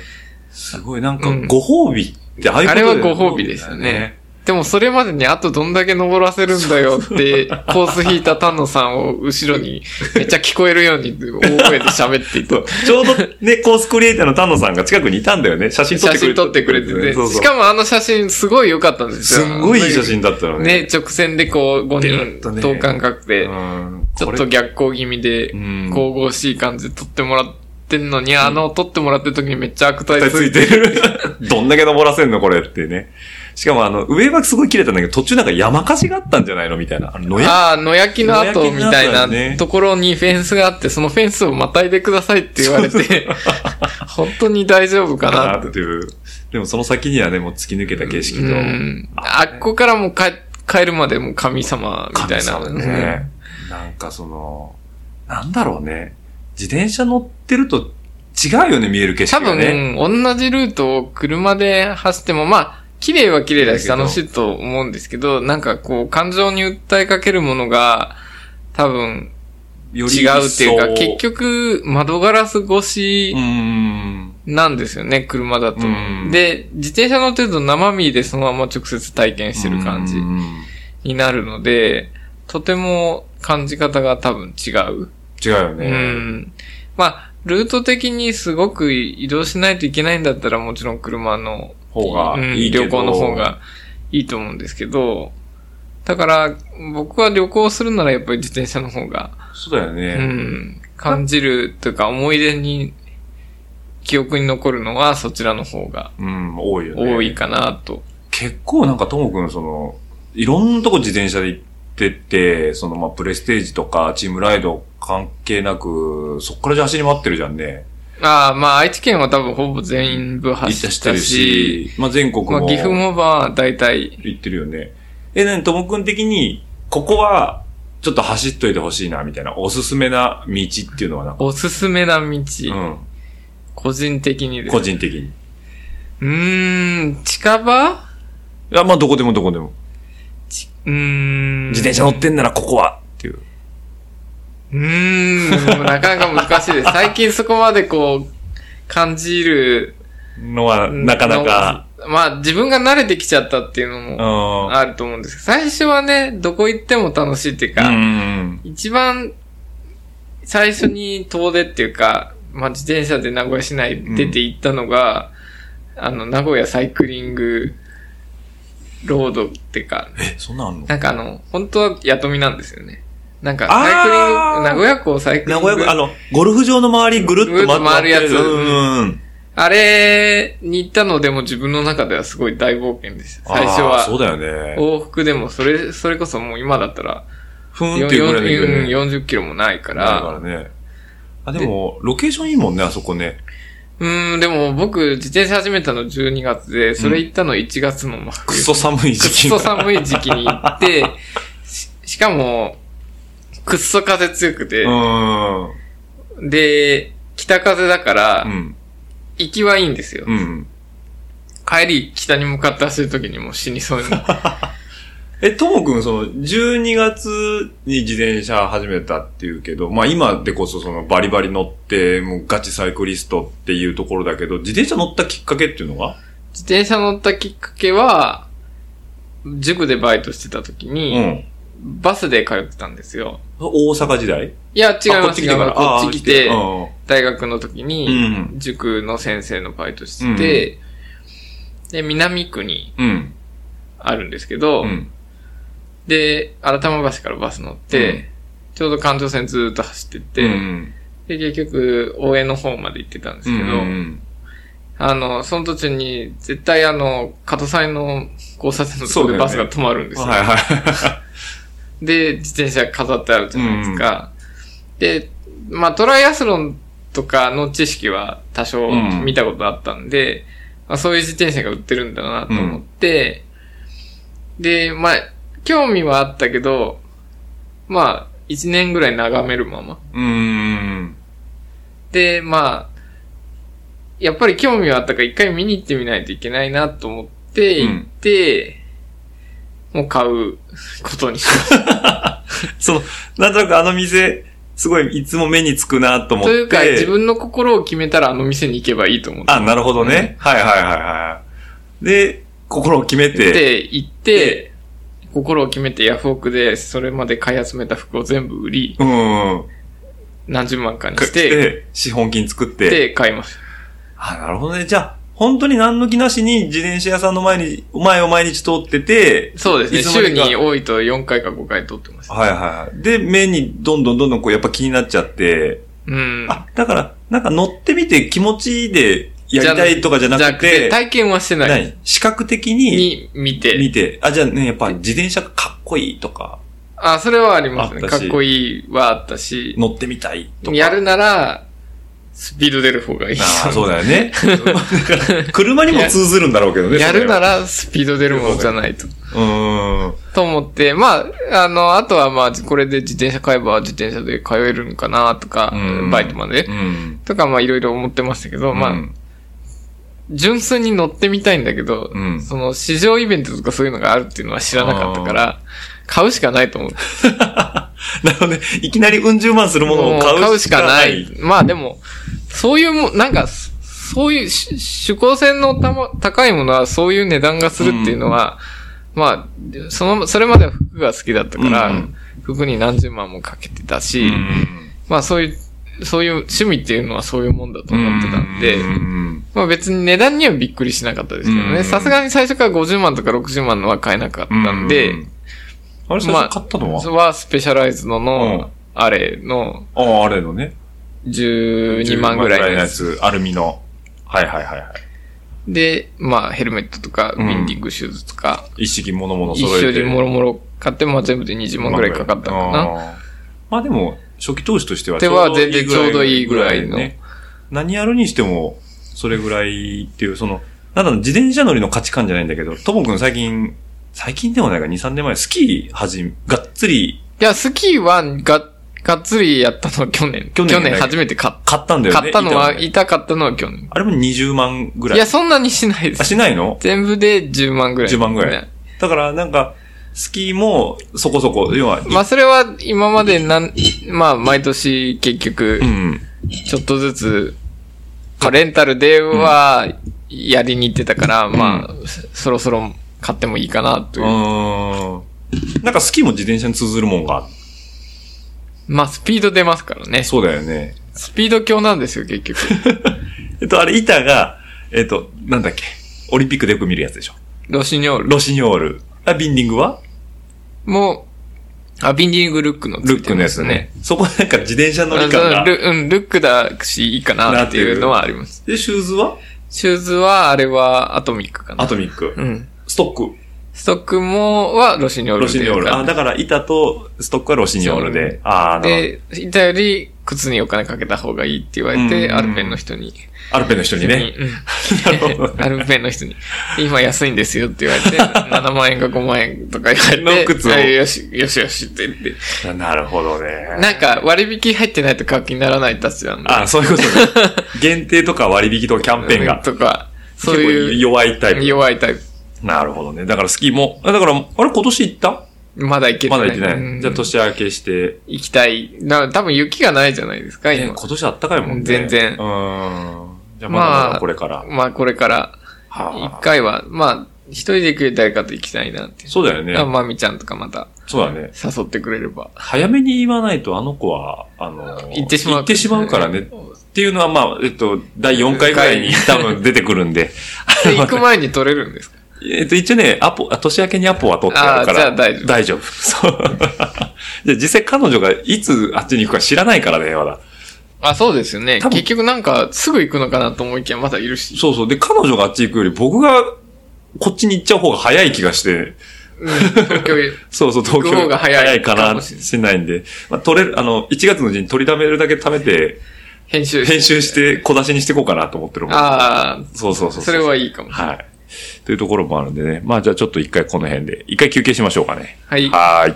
Speaker 2: すごい、なんか
Speaker 3: うん、
Speaker 2: ご褒美ってああいうことだよね
Speaker 3: あれはご褒美でしたね。でもそれまでにあとどんだけ登らせるんだよって、コース引いた丹野さんを後ろにめっちゃ聞こえるように大声で喋ってい
Speaker 2: そ
Speaker 3: た
Speaker 2: う。 ちょうどね、コースクリエイターの丹野さんが近くにいたんだよね。写真撮っ
Speaker 3: 写
Speaker 2: てくれ
Speaker 3: 真撮ってくれてて、
Speaker 2: そうそう
Speaker 3: しかもあの写真すごい良かったんです
Speaker 2: す
Speaker 3: よ。
Speaker 2: んごいいい写真だったよね。
Speaker 3: ね、直線でこう
Speaker 2: でる
Speaker 3: 5
Speaker 2: っと
Speaker 3: 人
Speaker 2: ね
Speaker 3: 等間隔で、
Speaker 2: うん
Speaker 3: ちょっと逆光気味で、
Speaker 2: うん
Speaker 3: 神々しい感じで撮ってもらってんのに、あの撮ってもらってる時にめっちゃ悪態つ
Speaker 2: つ
Speaker 3: い
Speaker 2: い
Speaker 3: て
Speaker 2: てる。 どんだけ登らせんのこれってね。しかもあの、上はすごい切れたんだけど、途中なんか山火事があったんじゃないのみたいな。あの野焼
Speaker 3: ああ、野焼きの後みたい
Speaker 2: 野焼きの後だね
Speaker 3: なところにフェンスがあって、そのフェンスをまたいでくださいって言われて、 本当に大丈夫
Speaker 2: き
Speaker 3: か
Speaker 2: かな
Speaker 3: な
Speaker 2: っ
Speaker 3: ってて。
Speaker 2: いう。でもその先にはね、もう突き抜けた景色
Speaker 3: う
Speaker 2: と。
Speaker 3: ん。あっこからもう帰帰るまでもう神様みたいな。
Speaker 2: 神様ね。なんかその、なんだろうね。自転車乗ってると違うよね、見える景
Speaker 3: 多
Speaker 2: 色が
Speaker 3: 分、
Speaker 2: ね。
Speaker 3: 同じルートを車で走っても、まあ、綺麗は綺麗だし
Speaker 2: だけど
Speaker 3: 楽しいと思うんですけど、なんかこう、感情に訴えかけるものが、多分、
Speaker 2: より
Speaker 3: 違うっていうか、
Speaker 2: 一層
Speaker 3: 結。局、窓ガラス越し
Speaker 2: うん。
Speaker 3: なんですよね、車だと
Speaker 2: う。ん
Speaker 3: で、自転車乗ってると生身でそのまま直接体験してる感じ
Speaker 2: うん
Speaker 3: になるので、とても感じ方が多分違う。
Speaker 2: 違うよね。
Speaker 3: うん。まあ、ルート的にすごく移動しないといけないんだったらもちろん車の
Speaker 2: 方が
Speaker 3: うん
Speaker 2: いいけど
Speaker 3: 旅行の方がいいと思うんですけど、だから僕は旅行するならやっぱり自転車の方が、
Speaker 2: そうだよ
Speaker 3: う
Speaker 2: ね。
Speaker 3: ん、感じるというか思い出に記憶に残るのはそちらの方が
Speaker 2: うん、多いよね。
Speaker 3: 多いかなと。
Speaker 2: 結構なんかともくんその、いろんなとこ自転車で行ってて、そのまあプレステージとかチームライド関係なく、そっからじゃあ走り回ってるじゃんね。
Speaker 3: ああ、まあ愛知県は多分ほぼ全部走っ
Speaker 2: 走って
Speaker 3: た
Speaker 2: る
Speaker 3: し、
Speaker 2: し、まあ全国
Speaker 3: まあ
Speaker 2: も
Speaker 3: 岐阜もまあ大体、
Speaker 2: 行ってるよね。え、なにともくん的に、ここはちょっと走っといてほしいな、みたいな、おすすめな道っていうのはなんか、
Speaker 3: おすすめな道、
Speaker 2: うん、
Speaker 3: 個人的にです。
Speaker 2: 個
Speaker 3: う
Speaker 2: 人的に。
Speaker 3: ーん、近場
Speaker 2: いや、まあどこでもどこでも。
Speaker 3: うーん。
Speaker 2: 自転車乗ってんならここはっていう。
Speaker 3: うーん、でもなかなか難しいで す。最近そこまでこう、感じる
Speaker 2: のは、
Speaker 3: の。
Speaker 2: なかなか、
Speaker 3: まあ自分が慣れてきちゃったっていうの
Speaker 2: う
Speaker 3: も
Speaker 2: ん。
Speaker 3: あると思うんですけど、最初はね、どこ行っても楽しいっていうか、
Speaker 2: うん。
Speaker 3: 一番最初に遠出っていうか、まあ、自転車で名古屋市内出て行ったのが、あの、名古屋サイクリングロードっていうか、
Speaker 2: え、そんなんあんの
Speaker 3: なんかあの、本当は雇みなんですよね。なんか、
Speaker 2: あー
Speaker 3: サイクリング、名古屋港サイクリ
Speaker 2: 名
Speaker 3: ング。
Speaker 2: 古屋区、あの、ゴルフ場の周りぐるっと回って
Speaker 3: ぐるっと回るやつ
Speaker 2: うん。
Speaker 3: あれに行ったのでも自分の中ではすごい大冒険でした。最初
Speaker 2: あーそう
Speaker 3: は。
Speaker 2: だよね。
Speaker 3: 往復でも、それ、それこそもう今だったら、
Speaker 2: ふん
Speaker 3: よ
Speaker 2: っ
Speaker 3: ん
Speaker 2: ていうぐらいの勢い
Speaker 3: うん
Speaker 2: ね
Speaker 3: 40キロもないか、
Speaker 2: だかららね。あ、でも、ロケーションいいもんね、あそこね。
Speaker 3: うーん、でも僕、自転車始めたの12月で、それ行ったの1月の真冬。
Speaker 2: くそ寒い
Speaker 3: く
Speaker 2: 時
Speaker 3: っ
Speaker 2: 期。
Speaker 3: そ寒い時期に行 って、ししかも、くっそ風強くて
Speaker 2: う、ん。
Speaker 3: で、北風だから
Speaker 2: う、ん。
Speaker 3: 行きはいいんですよ。
Speaker 2: うん。
Speaker 3: 帰り、北に向かって走る時にもう死 にそうになって。
Speaker 2: え、ともくん、その、12月に自転車始めたっていうけど、まあ今でこそそのバリバリ乗って、もうガチサイクリストっていうところだけど、自転車乗ったきっかけっていうのが
Speaker 3: 自転車乗ったきっかけは、塾でバイトしてた時
Speaker 2: う
Speaker 3: に、
Speaker 2: ん。
Speaker 3: バスで通ってたんですよ。
Speaker 2: 大阪時代
Speaker 3: いや、違い
Speaker 2: あこ
Speaker 3: ま
Speaker 2: っ
Speaker 3: す。
Speaker 2: ち来て
Speaker 3: 違い
Speaker 2: か
Speaker 3: ます
Speaker 2: ら。
Speaker 3: こっち来て
Speaker 2: あ、ー
Speaker 3: 大学の時
Speaker 2: う
Speaker 3: に、
Speaker 2: ん。
Speaker 3: 塾の先生のバイトしてて、で、南区に
Speaker 2: うん。
Speaker 3: あるんですけど、
Speaker 2: うん。
Speaker 3: で、新玉橋からバス乗って、ちょうど環状線ずーっと走ってって、
Speaker 2: うん
Speaker 3: で、結局、応援の方まで行ってたんです
Speaker 2: うん
Speaker 3: けど、
Speaker 2: うん
Speaker 3: あの、その途中に、絶対あの、加藤さんの交差点のとこ
Speaker 2: そうだよ
Speaker 3: で
Speaker 2: ね
Speaker 3: バスが止まるんですよ。
Speaker 2: はい は
Speaker 3: で、自転車飾ってあるじゃないですか。で、まあ、トライアスロンとかの知識は多少
Speaker 2: うん
Speaker 3: 見たことあったんで、まあ、そういう自転車が売ってるんだなと思って、で、まあ、興味はあったけど、まあ、一年ぐらい眺めるまま。
Speaker 2: い。うん。
Speaker 3: で、まあ、やっぱり興味はあったから一回見に行ってみないといけないなと思って、
Speaker 2: うん
Speaker 3: 行って、もう買うことにしました。
Speaker 2: その、なんとなくあの店、すごいいつも目につくなと思っ
Speaker 3: と
Speaker 2: て。
Speaker 3: いうか、自分の心を決めたらあの店に行けばいいと思って。
Speaker 2: あ、なるほどね。はいはいはいはい。で、心を決めて。
Speaker 3: で、行って、心を決めてヤフオクでそれまで買い集めた服を全部売り、
Speaker 2: うん。
Speaker 3: 何十万かに
Speaker 2: か
Speaker 3: して、で、
Speaker 2: で、資本金作って。
Speaker 3: 買いました。
Speaker 2: あ、なるほどね。じゃあ、本当に何の気なしに自転車屋さんの前に、前を毎日通ってて、
Speaker 3: そうですね。
Speaker 2: いつの間
Speaker 3: 週
Speaker 2: にか
Speaker 3: に多いと4回か5回撮ってました。
Speaker 2: はいはいはい。で、目にどんどんどんどんこうやっぱ気になっちゃって、
Speaker 3: うん。
Speaker 2: あ、だから、なんか乗ってみて気持ちいいでやりたいとかじゃなくて、
Speaker 3: 体験はしてない。
Speaker 2: 何視覚的に
Speaker 3: に見て。
Speaker 2: 見て、あ、じゃあね、やっぱ自転車がかっこいいとか、
Speaker 3: あ、それはありますね。
Speaker 2: あった
Speaker 3: かっ
Speaker 2: し
Speaker 3: こいいはあったし、
Speaker 2: 乗ってみたいとか。
Speaker 3: やるなら、スピード出る方がいい。
Speaker 2: ああ、そうだよね。 車にも通ずるんだろうけどね。
Speaker 3: やるな
Speaker 2: ら。
Speaker 3: ら、スピード出るものじゃないと。
Speaker 2: うーん。
Speaker 3: と思って、まあ、あの、あとはまあ、これで自転車買えば自転車で通えるのかなとか
Speaker 2: うん、
Speaker 3: バイトまで
Speaker 2: う。ん。
Speaker 3: とか、まあ、いろいろ思ってましたけど、
Speaker 2: う
Speaker 3: まあ、
Speaker 2: ん
Speaker 3: 純粋に乗ってみたいんだけど
Speaker 2: う、ん
Speaker 3: その、市場イベントとかそういうのがあるっていうのは知らなかったから、買うしかないと思って。
Speaker 2: なるほどね。いきなりうん十万するものを買う
Speaker 3: しかない。。まあでも、そういうも、なんか、そそういうし、主光線のたま高いものはそういう値段がするっていうのは、まあ、その、それまでは服が好きだったから、
Speaker 2: うんうん
Speaker 3: 服に何十万もかけてた
Speaker 2: う
Speaker 3: し、
Speaker 2: ん。
Speaker 3: まあそういう、そういう趣味っていうのはそういうもんだと思ってたんで、
Speaker 2: うん
Speaker 3: まあ別に値段にはびっくりしなかったですけど
Speaker 2: うんう
Speaker 3: ね、
Speaker 2: ん
Speaker 3: さすがに最初から50万とか60万のは買えなかったんで、
Speaker 2: うあれ、最初買ったのは、
Speaker 3: それはスペシャライズド
Speaker 2: うん
Speaker 3: の、あれの、
Speaker 2: ああ、あれのね。
Speaker 3: 12万ぐらいのやつ。
Speaker 2: つ。アルミの。はいはいはいはい。
Speaker 3: で、まあ、ヘルメットとか、ウ
Speaker 2: うん
Speaker 3: ィンディングシューズとか、
Speaker 2: 一式ものもの
Speaker 3: 一
Speaker 2: 揃えて。
Speaker 3: 緒にもろもろ買って、まあ全部で20万ぐらいかかったのかな。
Speaker 2: な。まあでも、初期投資としては
Speaker 3: では全然
Speaker 2: ぐら
Speaker 3: ちょうどいいぐらいの
Speaker 2: ね。何やるにしても、それぐらいっていう、その、なんだろう、自転車乗りの価値観じゃないんだけど、ともくん最近、最近でもないか、2、3年前、スキー始め、がっつり
Speaker 3: いや、スキーはが、がっつりやったのは去年。
Speaker 2: 去
Speaker 3: 去
Speaker 2: 年や
Speaker 3: 年
Speaker 2: ない
Speaker 3: 初めて買っ
Speaker 2: 買ったんだよね。
Speaker 3: 買ったの
Speaker 2: 板を
Speaker 3: は、
Speaker 2: ね
Speaker 3: 痛かったのは去年。
Speaker 2: あれも20万ぐら
Speaker 3: い
Speaker 2: い。
Speaker 3: や、そんなにしないで
Speaker 2: あ、
Speaker 3: す。
Speaker 2: しないの
Speaker 3: 全部で10万ぐらい。
Speaker 2: 10万ぐらい
Speaker 3: ね。
Speaker 2: だから、なんか、スキーもそこそこ、要は、
Speaker 3: まあ、それは今までなん、まあ、毎年結局
Speaker 2: う、ん。
Speaker 3: ちょっとずつ、まあレンタルではやりに行ってたから、まあ、そろそろ買ってもいいかなと
Speaker 2: う
Speaker 3: いう。
Speaker 2: ーん。なんかスキーも自転車に通ずるもんがあって
Speaker 3: まあ、スピード出ますからね。
Speaker 2: そうだよね。
Speaker 3: スピード強なんです よ、結局。
Speaker 2: えっと、あれ、板が、えっと、なんだっけ。オリンピックでよく見るやつでしょ。
Speaker 3: ロシニョール。
Speaker 2: ロシニョール。あ、ビンディングは
Speaker 3: もう、あ、ビンディングルックのつ
Speaker 2: ル
Speaker 3: い
Speaker 2: ッ
Speaker 3: て
Speaker 2: クの
Speaker 3: ま
Speaker 2: や
Speaker 3: す
Speaker 2: つね。。そこなんか自転車乗り感
Speaker 3: あ
Speaker 2: が。
Speaker 3: ルうん、ルックだし、いいかなっていうのはあります。
Speaker 2: で、シューズは
Speaker 3: シューズは、あれはアトミックかな。
Speaker 2: アトミック。
Speaker 3: うん。
Speaker 2: ストック。
Speaker 3: ストックも、はロシニョール
Speaker 2: ロ
Speaker 3: で
Speaker 2: シニョール。あ、だから板とストックはロシニョール
Speaker 3: そ
Speaker 2: で。ああ、なる
Speaker 3: で、いたより、靴にお金かけた方がいいって言われ
Speaker 2: う
Speaker 3: て、
Speaker 2: ん
Speaker 3: アルペンの人に。
Speaker 2: ほどアルペンの人にね。
Speaker 3: うん
Speaker 2: なるほど
Speaker 3: アルペンの人に、今安いんですよって言われ て、7万円か5万円とか言われて、
Speaker 2: の靴を
Speaker 3: あよし、よしよしって言って。
Speaker 2: なるほどね。
Speaker 3: なんか割引入ってないと買う気にならないたちなんで。
Speaker 2: あ、そういうことね。限定とか割引とかキャンペーンが。
Speaker 3: とか、 そう
Speaker 2: 結構
Speaker 3: いう
Speaker 2: 弱いタイプ。
Speaker 3: 弱いタイプ。
Speaker 2: なるほどね。だからスキーも、あだから、あれ今年行った
Speaker 3: まだ行けて
Speaker 2: ま
Speaker 3: な
Speaker 2: だ
Speaker 3: い。
Speaker 2: 行ってな
Speaker 3: う
Speaker 2: い。
Speaker 3: ん
Speaker 2: じゃあ年明けして、
Speaker 3: 行きたい。だから多分雪がないじゃないですか、
Speaker 2: え
Speaker 3: 今
Speaker 2: 今。年あったかいもんね。
Speaker 3: 全
Speaker 2: うー
Speaker 3: 然
Speaker 2: ん。じゃあまだまだこれから。
Speaker 3: まあこれから、
Speaker 2: は
Speaker 3: 一
Speaker 2: あ、
Speaker 3: 回は、まあ、一人で行くより誰かと行きたいなって。
Speaker 2: そうだよね
Speaker 3: だから。まみちゃんとかまた
Speaker 2: そうだね。
Speaker 3: 誘ってくれれ ば。
Speaker 2: 早めに言わないとあの子は、あの、
Speaker 3: 行ってしまう
Speaker 2: 行ってしまうからね。っていうのは、まあ、えっと、第4回ぐらいに多分出てくるんで。
Speaker 3: で行く前に取れるんですか
Speaker 2: えっと、一応ね、アポ、あ年明けにアポは取ってあるから。
Speaker 3: あーじゃあ大丈夫
Speaker 2: 大丈夫。そう。 じゃあ実際彼女がいつあっちに行くか知らないからね、まだ。
Speaker 3: あ、そうですよね。
Speaker 2: 多分
Speaker 3: 結局なんか、すぐ行くのかなと思いきやまだいる し。
Speaker 2: そうそう。で、彼女があっち行くより僕がこっちに行っちゃう方が早い気がして。
Speaker 3: うん、東京へ
Speaker 2: そうそう、東京
Speaker 3: 行く方が早い
Speaker 2: か
Speaker 3: か
Speaker 2: な、
Speaker 3: もしれない
Speaker 2: しないんで。まあ、取れる、あの、1月のうちに取りためるだけ貯めて、
Speaker 3: 編集
Speaker 2: 編集して小出しにしていこうかなと思ってるもん。
Speaker 3: あ
Speaker 2: そうそうそ
Speaker 3: あ、
Speaker 2: う。
Speaker 3: それはいいかも。
Speaker 2: はい。というところもあるんでね。まあ、じゃあちょっと一回この辺で、一回休憩しましょうかね。
Speaker 3: はい。
Speaker 2: はーい。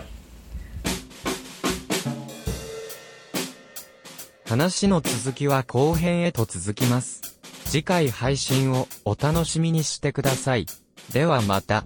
Speaker 4: 話の続きは後編へと続きます。次回配信をお楽しみにしてください。ではまた。